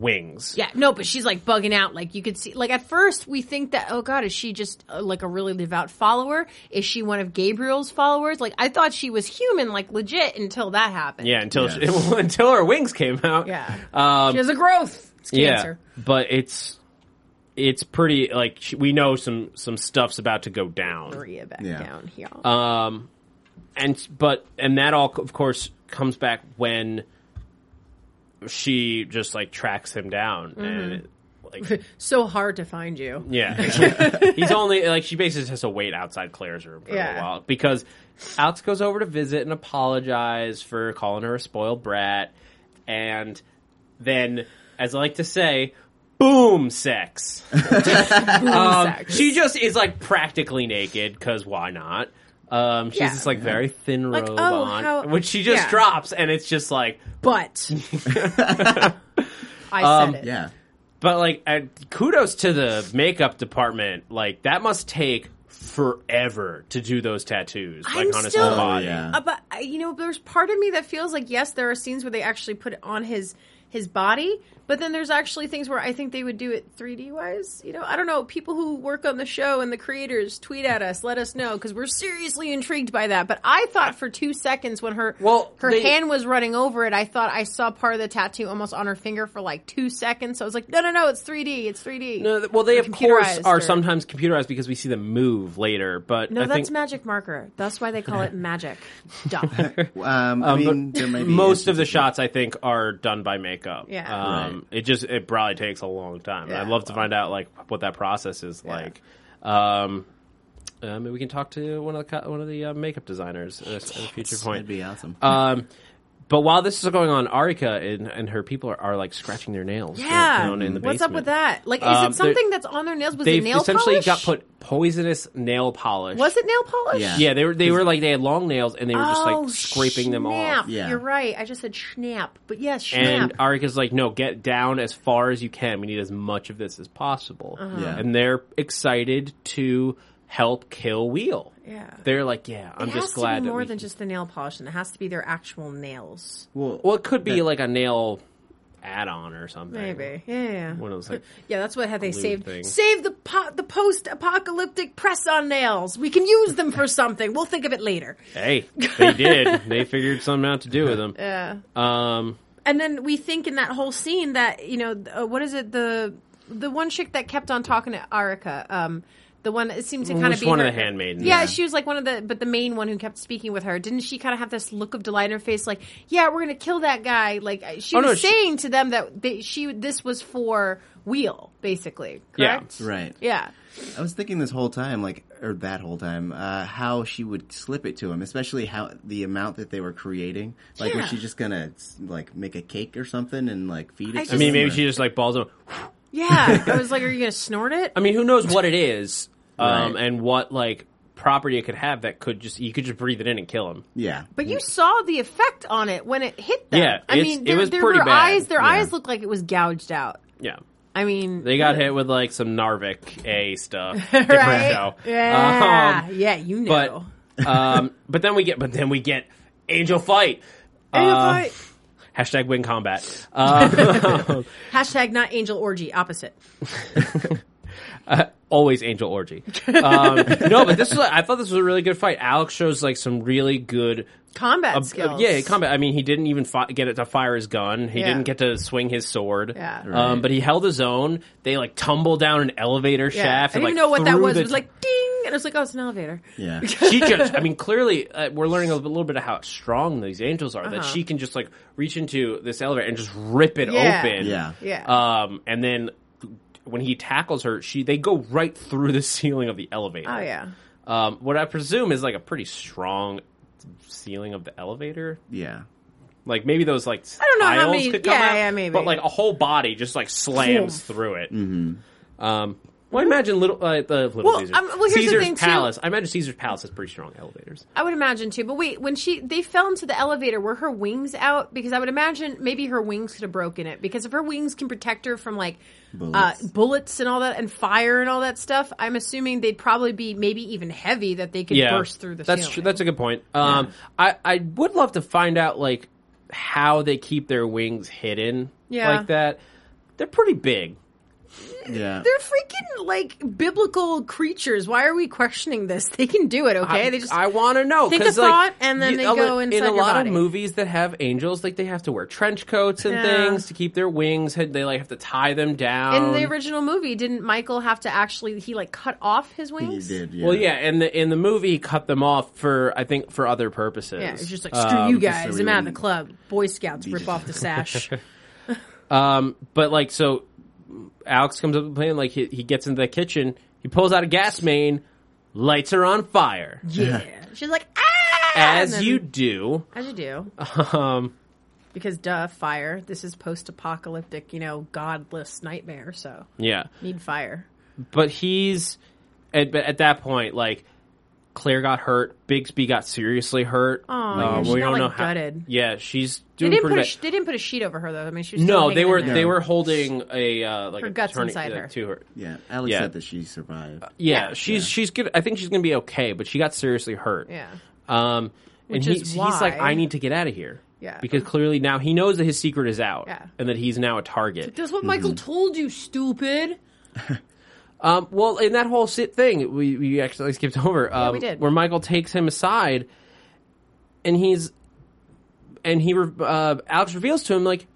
Speaker 2: wings.
Speaker 3: yeah, no, but she's like bugging out. Like you could see. Like at first we think that, oh god, is she just uh, like a really devout follower? Is she one of Gabriel's followers? Like I thought she was human, like legit, until that happened.
Speaker 2: Yeah, until
Speaker 4: Yeah.
Speaker 2: She, until her wings came out.
Speaker 3: yeah.
Speaker 2: Um,
Speaker 3: she has a growth. It's cancer.
Speaker 2: Yeah, but it's it's pretty like sh- we know some some stuff's about to go down.
Speaker 3: Maria back
Speaker 4: Yeah.
Speaker 3: down here.
Speaker 2: Um, and but and that all of course comes back when she just like tracks him down and like
Speaker 3: so hard to find you.
Speaker 2: yeah, he's only like she basically just has to wait outside Claire's room for a little
Speaker 3: Yeah.
Speaker 2: while because Alex goes over to visit and apologize for calling her a spoiled brat, and then as I like to say, boom sex. Um,
Speaker 3: Sex.
Speaker 2: she just is like practically naked because why not? Um, she's
Speaker 3: Yeah.
Speaker 2: this like very thin
Speaker 3: Like,
Speaker 2: robe
Speaker 3: oh,
Speaker 2: on,
Speaker 3: how-
Speaker 2: which she just
Speaker 3: yeah.
Speaker 2: drops, and it's just like,
Speaker 3: but I
Speaker 2: Um,
Speaker 3: said it.
Speaker 4: Yeah.
Speaker 2: but like, uh, kudos to the makeup department. Like that must take forever to do those tattoos, like
Speaker 3: I'm
Speaker 2: on his
Speaker 3: still-
Speaker 2: whole body.
Speaker 4: Oh, yeah.
Speaker 3: Uh, but uh, you know, there's part of me that feels like yes, there are scenes where they actually put it on his his body, but then there's actually things where I think they would do it 3D wise. You know, I don't know. People who work on the show and the creators tweet at us, let us know because we're seriously intrigued by that. But I thought for two seconds when her
Speaker 2: Well,
Speaker 3: her
Speaker 2: they-
Speaker 3: hand was running over it, I thought I saw part of the tattoo almost on her finger for like two seconds. So I was like, no, no, no, it's 3D, it's 3D.
Speaker 2: No, th- well, they
Speaker 3: Or
Speaker 2: of course
Speaker 3: computerized
Speaker 2: are
Speaker 3: or-
Speaker 2: sometimes computerized because we see them move later. But
Speaker 3: No,
Speaker 2: I
Speaker 3: that's
Speaker 2: think
Speaker 3: magic marker. That's why they call it magic. Duh.
Speaker 4: Um, I mean, there may be
Speaker 2: most of the
Speaker 4: instances-
Speaker 2: shots I think are done by makeup.
Speaker 3: Yeah.
Speaker 2: Um, It just it probably takes a long time.
Speaker 3: Yeah,
Speaker 2: I'd love to
Speaker 3: well.
Speaker 2: find out like what that process is like. Um, uh, maybe we can talk to one of the co- one of the uh, makeup designers at a, at a future point.
Speaker 4: That'd be awesome.
Speaker 2: Um, But while this is going on, Arika and, and her people are, are like scratching their nails.
Speaker 3: Yeah.
Speaker 2: down in the
Speaker 3: What's up
Speaker 2: basement.
Speaker 3: with that? Like, is
Speaker 2: Um,
Speaker 3: it something
Speaker 2: they're-
Speaker 3: that's on their nails? Was
Speaker 2: They
Speaker 3: it nail
Speaker 2: essentially
Speaker 3: polish?
Speaker 2: got put poisonous nail polish.
Speaker 3: Was it nail polish?
Speaker 4: Yeah.
Speaker 2: Yeah, they were they were like they had long nails and they were just
Speaker 3: Oh,
Speaker 2: like scraping them
Speaker 3: snap.
Speaker 2: off.
Speaker 4: Yeah.
Speaker 3: You're right. I just said snap, but yes, snap.
Speaker 2: And um, Arika's like, no, get down as far as you can. We need as much of this as possible.
Speaker 3: Uh-huh.
Speaker 4: Yeah.
Speaker 2: And they're excited to help kill Wheel.
Speaker 3: Yeah.
Speaker 2: They're like, yeah, I'm
Speaker 3: it has
Speaker 2: just glad
Speaker 3: to be
Speaker 2: that
Speaker 3: more
Speaker 2: we
Speaker 3: than
Speaker 2: can-
Speaker 3: just the nail polish, and it has to be their actual nails.
Speaker 4: Well,
Speaker 2: Well, it could be like a nail add-on or something.
Speaker 3: Maybe, yeah, yeah.
Speaker 2: One of those like
Speaker 3: yeah, that's what had they saved.
Speaker 2: thing.
Speaker 3: Save the po- the post apocalyptic press on nails. We can use them for something. We'll think of it later.
Speaker 2: Hey, they did. they figured something out to do with them. Yeah. Um.
Speaker 3: And then we think in that whole scene that you know th- uh, what is it the the one chick that kept on talking to Arika, um, the one it seemed to kind
Speaker 2: Which
Speaker 3: of be
Speaker 2: one
Speaker 3: her-
Speaker 2: of the handmaidens?
Speaker 3: Yeah, she was like one of the, but the main one who kept speaking with her. Didn't she kind of have this look of delight in her face, like, "Yeah, we're gonna kill that guy." Like I- she
Speaker 2: Oh,
Speaker 3: was
Speaker 2: no, she-
Speaker 3: saying to them that they, she this was for Wheel, basically.
Speaker 2: Yeah.
Speaker 3: Correct.
Speaker 4: right.
Speaker 3: Yeah.
Speaker 4: I was thinking this whole time, like, or that whole time, uh, how she would slip it to him, especially how the amount that they were creating. Like,
Speaker 3: Yeah.
Speaker 4: was she just gonna like make a cake or something and like feed it?
Speaker 3: I
Speaker 4: to
Speaker 2: I mean,
Speaker 4: him,
Speaker 2: maybe
Speaker 4: or-
Speaker 2: she just like balls up.
Speaker 3: Yeah. I was like, "Are you gonna snort it?"
Speaker 2: I mean, who knows what it is, um,
Speaker 4: Right.
Speaker 2: and what like property it could have that could just you could just breathe it in and kill him.
Speaker 4: Yeah,
Speaker 3: But you saw the effect on it when it hit them.
Speaker 2: Yeah,
Speaker 3: I
Speaker 2: it's-
Speaker 3: mean,
Speaker 2: it
Speaker 3: their,
Speaker 2: was
Speaker 3: their,
Speaker 2: pretty
Speaker 3: their
Speaker 2: bad.
Speaker 3: eyes, their eyes looked like it was gouged out.
Speaker 2: Yeah.
Speaker 3: I mean,
Speaker 2: They got hit with like some Narvik A stuff.
Speaker 3: right?
Speaker 2: Different show.
Speaker 3: Yeah,
Speaker 2: Um,
Speaker 3: yeah, you
Speaker 2: but
Speaker 3: know.
Speaker 2: um, but then we get but then we get Angel Fight.
Speaker 3: Angel
Speaker 2: Uh,
Speaker 3: fight.
Speaker 2: Hashtag win combat. Um,
Speaker 3: Hashtag not angel orgy. Opposite.
Speaker 2: always angel orgy. Um, no, but this was I thought this was a really good fight. Alex shows like some really good
Speaker 3: Combat
Speaker 2: Uh,
Speaker 3: skills.
Speaker 2: Yeah, combat. I mean, he didn't even fi- get it to fire his gun. He
Speaker 3: Yeah.
Speaker 2: didn't get to swing his sword.
Speaker 3: Yeah.
Speaker 2: Um, but he held his own. They like tumble down an elevator shaft.
Speaker 3: I
Speaker 2: and,
Speaker 3: didn't even
Speaker 2: like,
Speaker 3: know what that
Speaker 2: threw
Speaker 3: was.
Speaker 2: the-
Speaker 3: It was like ding, and it was like, oh, it's an elevator.
Speaker 4: yeah,
Speaker 2: she just. I mean, clearly, uh, we're learning a little bit of how strong these angels are.
Speaker 3: Uh-huh.
Speaker 2: That she can just like reach into this elevator and just rip it
Speaker 3: Yeah.
Speaker 2: open.
Speaker 4: yeah,
Speaker 3: Yeah.
Speaker 2: Um, and then when he tackles her, she they go right through the ceiling of the elevator.
Speaker 3: oh yeah.
Speaker 2: Um, what I presume is like a pretty strong ceiling of the elevator.
Speaker 4: yeah.
Speaker 2: Like maybe those like I
Speaker 3: don't know how many-
Speaker 2: could come
Speaker 3: yeah,
Speaker 2: out,
Speaker 3: yeah, maybe.
Speaker 2: But like a whole body just like slams through it. Mm-hmm. Um, well, I imagine little uh, the little
Speaker 3: Well,
Speaker 2: Caesars,
Speaker 3: um, well, here's the
Speaker 2: Caesar's
Speaker 3: thing, too.
Speaker 2: Palace. I imagine Caesar's Palace has pretty strong elevators.
Speaker 3: I would imagine too. But wait, when she they fell into the elevator, were her wings out? Because I would imagine maybe her wings could have broken it. Because if her wings can protect her from like
Speaker 4: Bullets.
Speaker 3: Uh, bullets and all that, and fire and all that stuff, I'm assuming they'd probably be maybe even heavy that they could
Speaker 2: Yeah,
Speaker 3: burst through the
Speaker 2: that's
Speaker 3: ceiling.
Speaker 2: tr- that's a good point. Um, I I would love to find out like how they keep their wings hidden.
Speaker 3: Yeah.
Speaker 2: like that. They're pretty big.
Speaker 4: yeah.
Speaker 3: They're freaking like biblical creatures. Why are we questioning this? They can do it, okay?
Speaker 2: I,
Speaker 3: they just
Speaker 2: I want to know.
Speaker 3: think
Speaker 2: 'cause,
Speaker 3: a
Speaker 2: like,
Speaker 3: thought and then
Speaker 2: you-
Speaker 3: they
Speaker 2: a
Speaker 3: go
Speaker 2: lo-
Speaker 3: inside
Speaker 2: In a
Speaker 3: your
Speaker 2: lot
Speaker 3: body.
Speaker 2: of movies that have angels, like they have to wear trench coats and
Speaker 3: Yeah.
Speaker 2: things to keep their wings. and They like have to tie them down.
Speaker 3: in the original movie, didn't Michael have to actually he like cut off his
Speaker 4: He
Speaker 3: wings?
Speaker 4: did. Yeah.
Speaker 2: well, yeah, and the in the movie, he cut them off for I think for other purposes.
Speaker 3: Yeah, it's just like screw
Speaker 2: Um,
Speaker 3: you guys. I'm out
Speaker 4: so we
Speaker 3: of the
Speaker 4: wouldn't
Speaker 3: club. Boy Scouts rip off the sash.
Speaker 2: Um, but like so, Alex comes up with a plan. Like he, he gets into the kitchen, he pulls out a gas main, lights her on fire,
Speaker 3: yeah, she's like ah.
Speaker 2: as
Speaker 3: And then-
Speaker 2: you do.
Speaker 3: as you do.
Speaker 2: Um,
Speaker 3: because duh, fire. This is post-apocalyptic, you know, godless nightmare. So
Speaker 2: Yeah,
Speaker 3: need fire.
Speaker 2: but he's at, but at that point like claire got hurt bigsby got seriously hurt oh
Speaker 3: yeah, she got, like, gutted.
Speaker 2: yeah she's
Speaker 3: They
Speaker 2: doing
Speaker 3: didn't
Speaker 2: pretty
Speaker 3: put a,
Speaker 2: bad.
Speaker 3: sh- they didn't put a sheet over her though. I mean, she was
Speaker 2: no
Speaker 3: still
Speaker 2: they
Speaker 3: hanging
Speaker 2: were
Speaker 3: in there.
Speaker 2: they were holding a uh like
Speaker 3: Her
Speaker 2: a
Speaker 3: guts
Speaker 2: tourni-
Speaker 3: inside
Speaker 2: uh,
Speaker 3: her.
Speaker 2: to her
Speaker 4: yeah. Alex
Speaker 2: Yeah. Uh,
Speaker 4: said that she survived.
Speaker 2: yeah, she's she's good i think she's gonna be okay but she got seriously hurt
Speaker 3: Yeah.
Speaker 2: um and
Speaker 3: Which
Speaker 2: he,
Speaker 3: is
Speaker 2: he's like
Speaker 3: why-
Speaker 2: i need to get out of here
Speaker 3: Yeah.
Speaker 2: because clearly now he knows that his secret is out
Speaker 3: Yeah.
Speaker 2: and that he's now a target
Speaker 3: That's what Michael
Speaker 4: Mm-hmm.
Speaker 3: told you, stupid.
Speaker 2: Um, well, in that whole sit thing, we, we actually skipped over. Um,
Speaker 3: we did.
Speaker 2: Where Michael takes him aside, and he's and he re- uh, Alex reveals to him like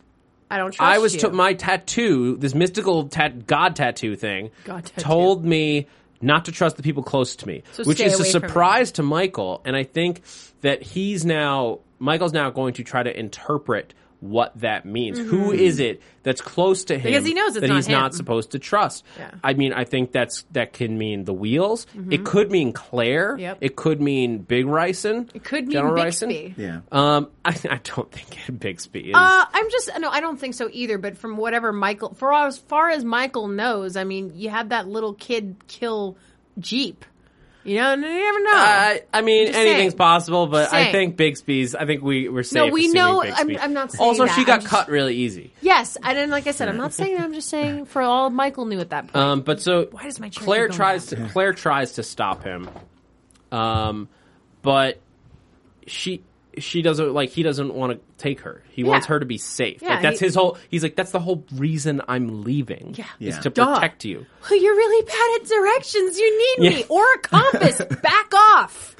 Speaker 3: I don't trust
Speaker 2: I was
Speaker 3: you.
Speaker 2: took my tattoo, this mystical tat- god tattoo thing,
Speaker 3: God tattoo.
Speaker 2: told me not to trust the people close to me,
Speaker 3: So
Speaker 2: which
Speaker 3: stay
Speaker 2: is a
Speaker 3: away from me.
Speaker 2: surprise to Michael, and I think that he's now Michael's now going to try to interpret what that means. Who is it that's close to him
Speaker 3: Mm-hmm. Because he knows it's
Speaker 2: that
Speaker 3: not
Speaker 2: he's not
Speaker 3: him.
Speaker 2: supposed to trust?
Speaker 3: Yeah. Mm-hmm.
Speaker 2: I mean, I think that's that can mean the wheels. It could mean Claire.
Speaker 3: Yep.
Speaker 2: It could mean Big Ryson.
Speaker 3: It could mean
Speaker 2: General
Speaker 3: Bixby.
Speaker 2: Ryson.
Speaker 4: Yeah.
Speaker 2: Um, I, I don't think Bixby is.
Speaker 3: Uh, I'm just no, I don't think so either. But from whatever Michael, for as far as Michael knows, I mean, you had that little kid kill Jeep. You know, and you never know.
Speaker 2: I, Uh, I mean,
Speaker 3: Just
Speaker 2: anything's
Speaker 3: saying.
Speaker 2: possible, but I
Speaker 3: Saying.
Speaker 2: think Bixby's. I think we were safe.
Speaker 3: No, we
Speaker 2: assuming
Speaker 3: know-
Speaker 2: Bixby.
Speaker 3: I'm- I'm not saying
Speaker 2: Also,
Speaker 3: that.
Speaker 2: she got
Speaker 3: I'm just-
Speaker 2: cut really easy.
Speaker 3: yes, I didn't. Like I said, I'm not saying. that, I'm just saying for all Michael knew at that point.
Speaker 2: Um, but so
Speaker 3: Why does my chair
Speaker 2: Claire
Speaker 3: keep going
Speaker 2: tries to Claire tries to stop him, um, but she she doesn't like he doesn't want to take her. He wants
Speaker 3: Yeah.
Speaker 2: her to be safe.
Speaker 3: Yeah,
Speaker 2: like that's
Speaker 3: he-
Speaker 2: his whole. He's like that's the whole reason I'm leaving. Yeah, is
Speaker 4: Yeah.
Speaker 2: to
Speaker 3: Duh.
Speaker 2: protect you.
Speaker 3: Well, you're really bad at directions. You need
Speaker 2: Uh, Yeah.
Speaker 3: me or a compass. Back off.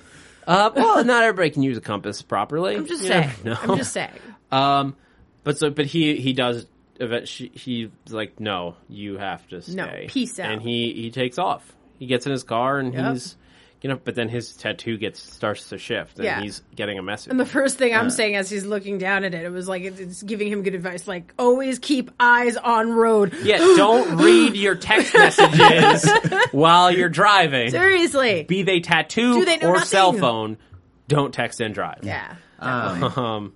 Speaker 2: Uh, well, not everybody can use a compass properly.
Speaker 3: I'm just
Speaker 2: You
Speaker 3: saying.
Speaker 2: never know.
Speaker 3: I'm just saying.
Speaker 2: Um, but so, but he he does. event- she- He's like, no, you have to stay.
Speaker 3: No, peace out.
Speaker 2: And he he takes off. He gets in his car and
Speaker 3: Yep.
Speaker 2: he's, you know. But then his tattoo gets starts to shift, and
Speaker 3: Yeah.
Speaker 2: he's getting a message.
Speaker 3: And the first thing
Speaker 2: Uh.
Speaker 3: I'm saying as he's looking down at it, it was like it's- it's giving him good advice, like always keep eyes on road.
Speaker 2: yeah, don't read your text messages while you're driving.
Speaker 3: Seriously.
Speaker 2: Be they tattoo
Speaker 3: Do they know
Speaker 2: or cell
Speaker 3: nothing?
Speaker 2: phone, don't text and drive.
Speaker 3: yeah.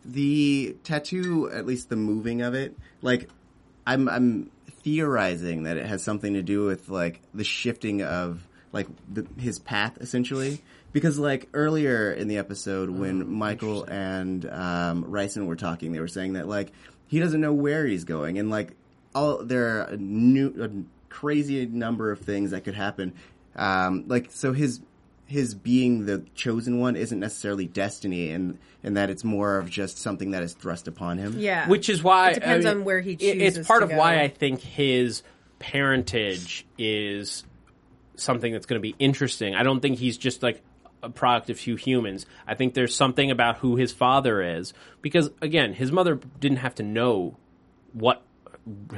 Speaker 4: the tattoo, at least the moving of it, like I'm I'm theorizing that it has something to do with like the shifting of like the, his path essentially. Because like earlier in the episode when Michael and um, Ryson were talking, they were saying that like he doesn't know where he's going, and like all there are a new a crazy number of things that could happen. Um, like so his his being the chosen one isn't necessarily destiny and and that it's more of just something that is thrust upon him.
Speaker 3: Yeah.
Speaker 2: Which is why uh,
Speaker 3: It depends on where he
Speaker 2: it- It's
Speaker 3: chooses
Speaker 2: part
Speaker 3: to
Speaker 2: of
Speaker 3: go.
Speaker 2: why I think his parentage is something that's going to be interesting. I don't think he's just like a product of few humans. I think there's something about who his father is because again, his mother didn't have to know what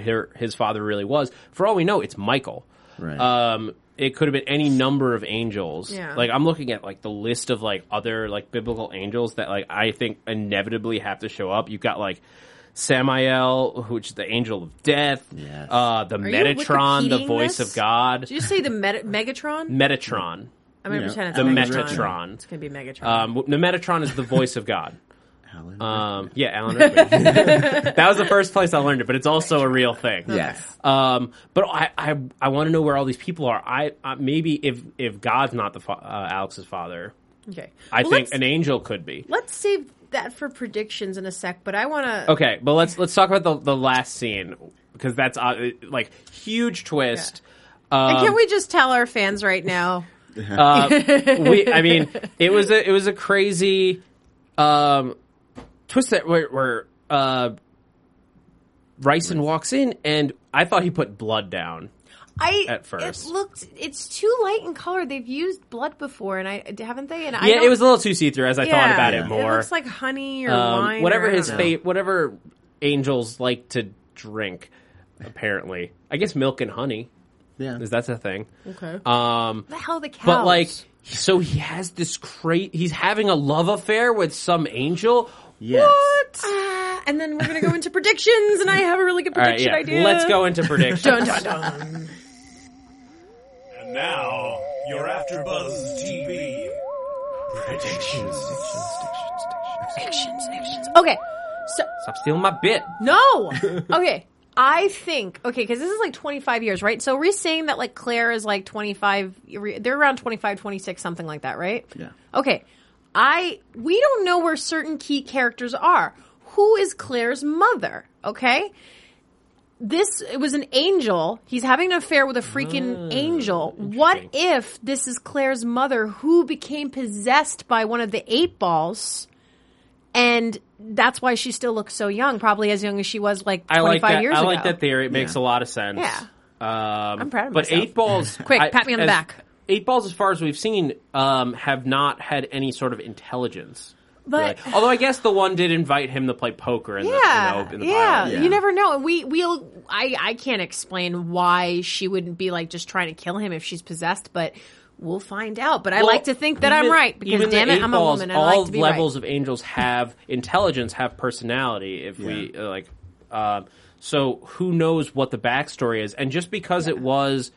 Speaker 2: her, his father really was. For all we know, it's Michael.
Speaker 4: Right.
Speaker 2: Um, it could have been any number of angels.
Speaker 3: Yeah.
Speaker 2: Like I'm looking at like the list of like other like biblical angels that like I think inevitably have to show up. You've got like Samael, which is the angel of death.
Speaker 4: Yes.
Speaker 2: Uh, the
Speaker 3: you
Speaker 2: Metatron, the
Speaker 3: Wikipediaing
Speaker 2: voice
Speaker 3: this?
Speaker 2: of God.
Speaker 3: Did you say the Meta- Megatron?
Speaker 2: Metatron.
Speaker 3: I'm gonna
Speaker 4: Yeah.
Speaker 3: pretend it's
Speaker 2: The
Speaker 3: Megatron.
Speaker 2: Metatron.
Speaker 3: It's gonna be Megatron.
Speaker 2: Um, w- the Metatron is the voice of God.
Speaker 4: Alan.
Speaker 2: Um, yeah, Alan Rickman. that was the first place I learned it, but it's also a real thing.
Speaker 4: yes.
Speaker 2: Um, but I, I, I want to know where all these people are. I, I maybe if if God's not the fa- uh, Alex's father,
Speaker 3: okay.
Speaker 2: I
Speaker 3: Well,
Speaker 2: think
Speaker 3: let's,
Speaker 2: an angel could be.
Speaker 3: let's save that for predictions in a sec. But I want to.
Speaker 2: Okay, but let's let's talk about the the last scene because that's uh, like huge twist.
Speaker 3: and
Speaker 2: um,
Speaker 3: can we just tell our fans right now?
Speaker 2: we, I mean, it was a it was a crazy um, twist that where, where uh, Ryson walks in, and I thought he put blood down.
Speaker 3: I
Speaker 2: At first.
Speaker 3: it looked it's too light in color. They've used blood before, and I haven't they? And I
Speaker 2: Yeah,
Speaker 3: don't-
Speaker 2: it was a little too see through as I thought
Speaker 3: Yeah,
Speaker 2: about it more.
Speaker 3: It looks like honey or
Speaker 2: Um,
Speaker 3: wine,
Speaker 2: whatever
Speaker 3: or I
Speaker 2: his
Speaker 3: don't know.
Speaker 2: fate, whatever angels like to drink. Apparently, I guess milk and honey
Speaker 4: Yeah.
Speaker 2: is that's a thing.
Speaker 3: Okay.
Speaker 2: Um,
Speaker 3: the hell the cows.
Speaker 2: But like, so he has this crate. He's having a love affair with some angel.
Speaker 4: Yes.
Speaker 2: What?
Speaker 3: Ah, and then we're gonna go into predictions, and I have a really good
Speaker 2: All right,
Speaker 3: prediction
Speaker 2: yeah.
Speaker 3: idea.
Speaker 2: Let's go into predictions.
Speaker 3: Dun, dun, dun.
Speaker 5: And now, your AfterBuzz TV predictions.
Speaker 3: Predictions, predictions. Okay, so
Speaker 2: Stop stealing my bit.
Speaker 3: no. Okay, I think okay because this is like 25 years, right? So we're saying that like Claire is like 25. They're around 25, 26, something like that, right?
Speaker 4: Yeah.
Speaker 3: Okay, I we don't know where certain key characters are. Who is Claire's mother? Okay. This it was an angel. He's having an affair with a freaking
Speaker 2: Hmm,
Speaker 3: angel. What if this is Claire's mother who became possessed by one of the eight balls? And that's why she still looks so young, probably as young as she was like
Speaker 2: I
Speaker 3: 25
Speaker 2: like that.
Speaker 3: years
Speaker 2: I
Speaker 3: ago.
Speaker 2: like that theory. It makes a lot of sense.
Speaker 3: Yeah.
Speaker 2: Um, I'm
Speaker 3: proud of
Speaker 2: But
Speaker 3: myself.
Speaker 2: eight balls.
Speaker 3: Quick, pat me on the
Speaker 2: as-
Speaker 3: back.
Speaker 2: Eight balls, as far as we've seen, um, have not had any sort of intelligence.
Speaker 3: But-
Speaker 2: really. although I guess the one did invite him to play poker in the, you
Speaker 3: Yeah,
Speaker 2: know, in the
Speaker 3: yeah,
Speaker 2: pile.
Speaker 4: Yeah.
Speaker 3: You never know. And we we'll I I can't explain why she wouldn't be like just trying to kill him if she's possessed, but we'll find out. But I
Speaker 2: Well,
Speaker 3: like to think that I'm
Speaker 2: even-
Speaker 3: right because
Speaker 2: even the
Speaker 3: damn it,
Speaker 2: eight
Speaker 3: I'm a
Speaker 2: balls,
Speaker 3: woman. I
Speaker 2: All
Speaker 3: like to be
Speaker 2: levels
Speaker 3: right.
Speaker 2: of angels have intelligence, have personality. If we uh, like, uh, so who knows what the backstory is? And just because it was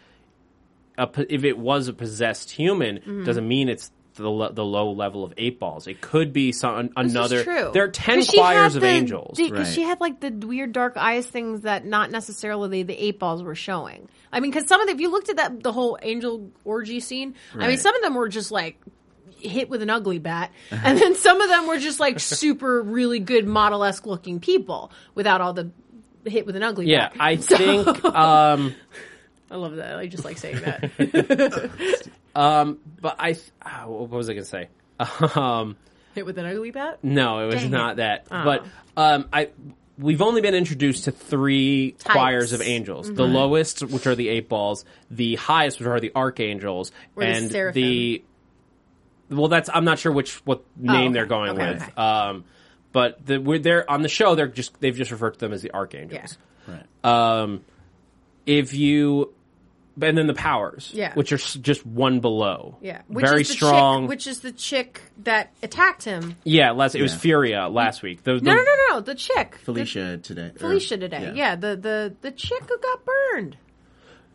Speaker 2: a, po- if it was a possessed human,
Speaker 3: Mm-hmm.
Speaker 2: doesn't mean it's. The, le- the low level of eight balls. It could be some
Speaker 3: This is
Speaker 2: another.
Speaker 3: true.
Speaker 2: There are ten
Speaker 3: 'Cause she had
Speaker 2: choirs of
Speaker 3: the-
Speaker 2: angels.
Speaker 3: the- 'cause She
Speaker 4: Right.
Speaker 3: had like the weird dark eyes things that not necessarily the eight balls were showing. I mean, because some of the, if you looked at that the whole angel orgy scene, I mean,
Speaker 4: Right.
Speaker 3: some of them were just like hit with an ugly bat, and then some of them were just like super really good model esque looking people without all the hit with an ugly
Speaker 2: yeah,
Speaker 3: bat.
Speaker 2: I think. Um,
Speaker 3: I love that. I just like saying that.
Speaker 2: but I. th- ah, what was I going to say? Um,
Speaker 3: hit with an ugly bat.
Speaker 2: No, it was
Speaker 3: Dang
Speaker 2: not
Speaker 3: it. Oh.
Speaker 2: that. But um, I we've only been introduced to three choirs of angels. The
Speaker 3: Mm-hmm.
Speaker 2: lowest, which are the eight balls, the highest, which are the archangels,
Speaker 3: the
Speaker 2: and the,
Speaker 3: seraphim. Oh,
Speaker 2: well, that's I'm not sure which what name
Speaker 3: okay.
Speaker 2: they're going
Speaker 3: Okay,
Speaker 2: with.
Speaker 3: okay.
Speaker 2: Um, but the, we're there on the show. They're just they've just referred to them as the archangels
Speaker 4: Right.
Speaker 2: if you and then the powers,
Speaker 3: Yeah.
Speaker 2: which are s- just one below,
Speaker 3: Yeah,
Speaker 2: very
Speaker 3: is the
Speaker 2: strong.
Speaker 3: Chick, which is the chick that attacked him?
Speaker 2: yeah, last it was
Speaker 4: Yeah.
Speaker 2: Furia last week. The,
Speaker 3: No,
Speaker 2: the-
Speaker 3: no, no, no. The chick, The-
Speaker 4: Felicia today. or-
Speaker 3: Felicia today. Yeah. the the the chick who got burned.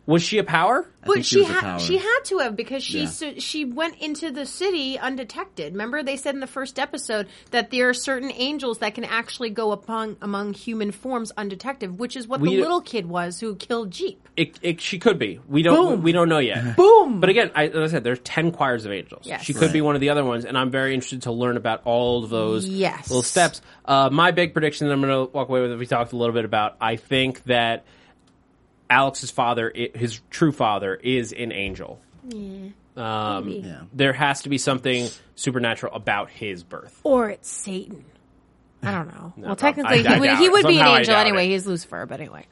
Speaker 2: Was she a power?
Speaker 3: But
Speaker 4: think she
Speaker 3: she
Speaker 4: was a
Speaker 3: ha-
Speaker 4: coward.
Speaker 3: she had to have because she
Speaker 4: Yeah.
Speaker 3: su- she went into the city undetected. Remember they said in the first episode that there are certain angels that can actually go upon among human forms undetected, which is what
Speaker 2: We-
Speaker 3: the little kid was who killed Jeep.
Speaker 2: It, it, she could be. We don't.
Speaker 3: Boom.
Speaker 2: We don't know yet.
Speaker 3: Boom.
Speaker 2: But again, I, as I said, there's ten choirs of angels.
Speaker 3: Yes.
Speaker 2: She could be one of the other ones, and I'm very interested to learn about all of those
Speaker 3: Yes.
Speaker 2: little steps. Uh, my big prediction that I'm going to walk away with, that we talked a little bit about. I think that Alex's father, i his true father, is an angel. Um,
Speaker 4: Yeah.
Speaker 2: There has to be something supernatural about his birth.
Speaker 3: or it's Satan. I don't know. well,
Speaker 2: I-
Speaker 3: technically,
Speaker 2: I
Speaker 3: he would,
Speaker 2: doubt
Speaker 3: he
Speaker 2: it.
Speaker 3: would be an
Speaker 2: Somehow I
Speaker 3: angel
Speaker 2: doubt
Speaker 3: anyway.
Speaker 2: it.
Speaker 3: He's Lucifer, but anyway.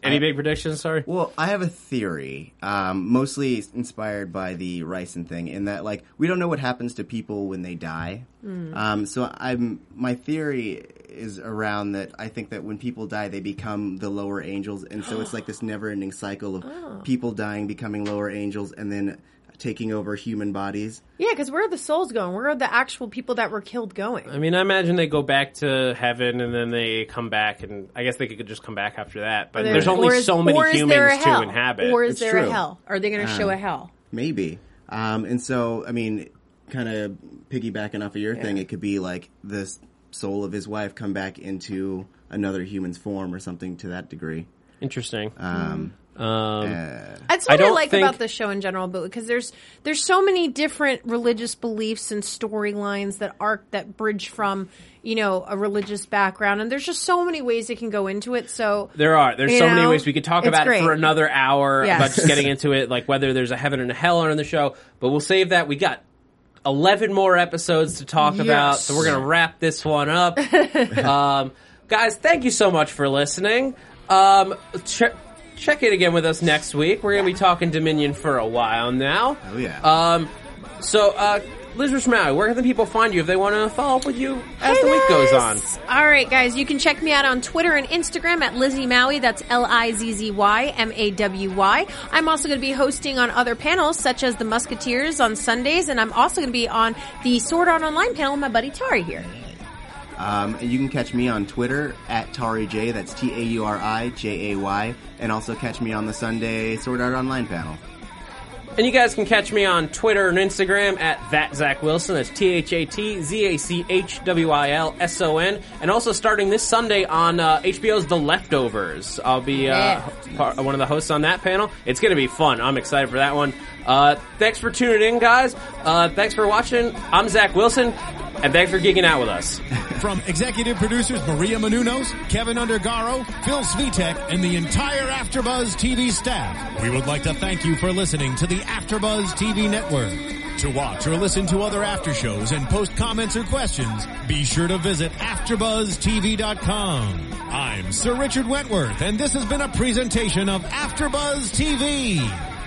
Speaker 2: Any big predictions? Sorry.
Speaker 4: Well, I have a theory, um, mostly inspired by the ricin thing, in that like we don't know what happens to people when they die. Um, so I'm my theory is around that I think that when people die, they become the lower angels, and so it's like this never-ending cycle of people dying, becoming lower angels, and then taking over human bodies.
Speaker 3: Yeah, because where are the souls going? Where are the actual people that were killed going?
Speaker 2: I mean, I imagine they go back to heaven and then they come back, and I guess they could just come back after that. But there's
Speaker 4: Or
Speaker 2: only
Speaker 3: is-
Speaker 2: so many
Speaker 3: or is there a
Speaker 2: humans to
Speaker 3: hell?
Speaker 2: inhabit. Uh.
Speaker 3: Or is
Speaker 4: It's
Speaker 3: there a
Speaker 4: true.
Speaker 3: hell? Are they going to show a hell?
Speaker 4: Maybe. Um, and so, I mean, kind of piggybacking off of your thing, it could be like the s- soul of his wife come back into another human's form or something to that degree.
Speaker 2: Interesting.
Speaker 4: Um, uh,
Speaker 3: That's what
Speaker 2: I
Speaker 3: I,
Speaker 2: don't
Speaker 3: like
Speaker 2: think-
Speaker 3: about the show in general, but because there's there's so many different religious beliefs and storylines that arc that bridge from you know a religious background, and there's just so many ways it can go into it. So
Speaker 2: there are. There's
Speaker 3: you
Speaker 2: so many
Speaker 3: know,
Speaker 2: ways we could talk
Speaker 3: it's
Speaker 2: about it for
Speaker 3: great.
Speaker 2: another hour
Speaker 3: Yes.
Speaker 2: about just getting into it, like whether there's a heaven and a hell on the show. But we'll save that. We got 11 more episodes to talk about, so we're gonna wrap this one up. um, guys, thank you so much for listening. Um, che- check in again with us next week. We're gonna be talking Dominion for a while now.
Speaker 4: oh, yeah.
Speaker 2: Um, so, uh, Liz Rishmawi, where can the people find you if they want to follow up with you as the week goes on?
Speaker 3: Yes. All right, guys, you can check me out on Twitter and Instagram at Lizzie Maui. That's L I Z Z Y M A W Y. I'm also going to be hosting on other panels such as the Musketeers on Sundays, and I'm also going to be on the Sword Art Online panel with my buddy Tari here.
Speaker 4: Um, and you can catch me on Twitter at Tari J. That's T A U R I J A Y. And also catch me on the Sunday Sword Art Online panel.
Speaker 2: And you guys can catch me on Twitter and Instagram at that Zach Wilson. That's T H A T Z A C H W I L S O N. And also starting this Sunday on uh, HBO's The Leftovers. I'll be uh,
Speaker 3: Yeah.
Speaker 2: par- one of the hosts on that panel. It's going to be fun. I'm excited for that one. Uh, thanks for tuning in, guys. Uh, thanks for watching. I'm Zach Wilson, and thanks for geeking out with us.
Speaker 5: From executive producers Maria Menounos, Kevin Undergaro, Phil Svitek, and the entire AfterBuzz TV staff, we would like to thank you for listening to the AfterBuzz TV network. To watch or listen to other after shows and post comments or questions, be sure to visit AfterBuzzTV.com. I'm Sir Richard Wentworth, and this has been a presentation of AfterBuzz TV.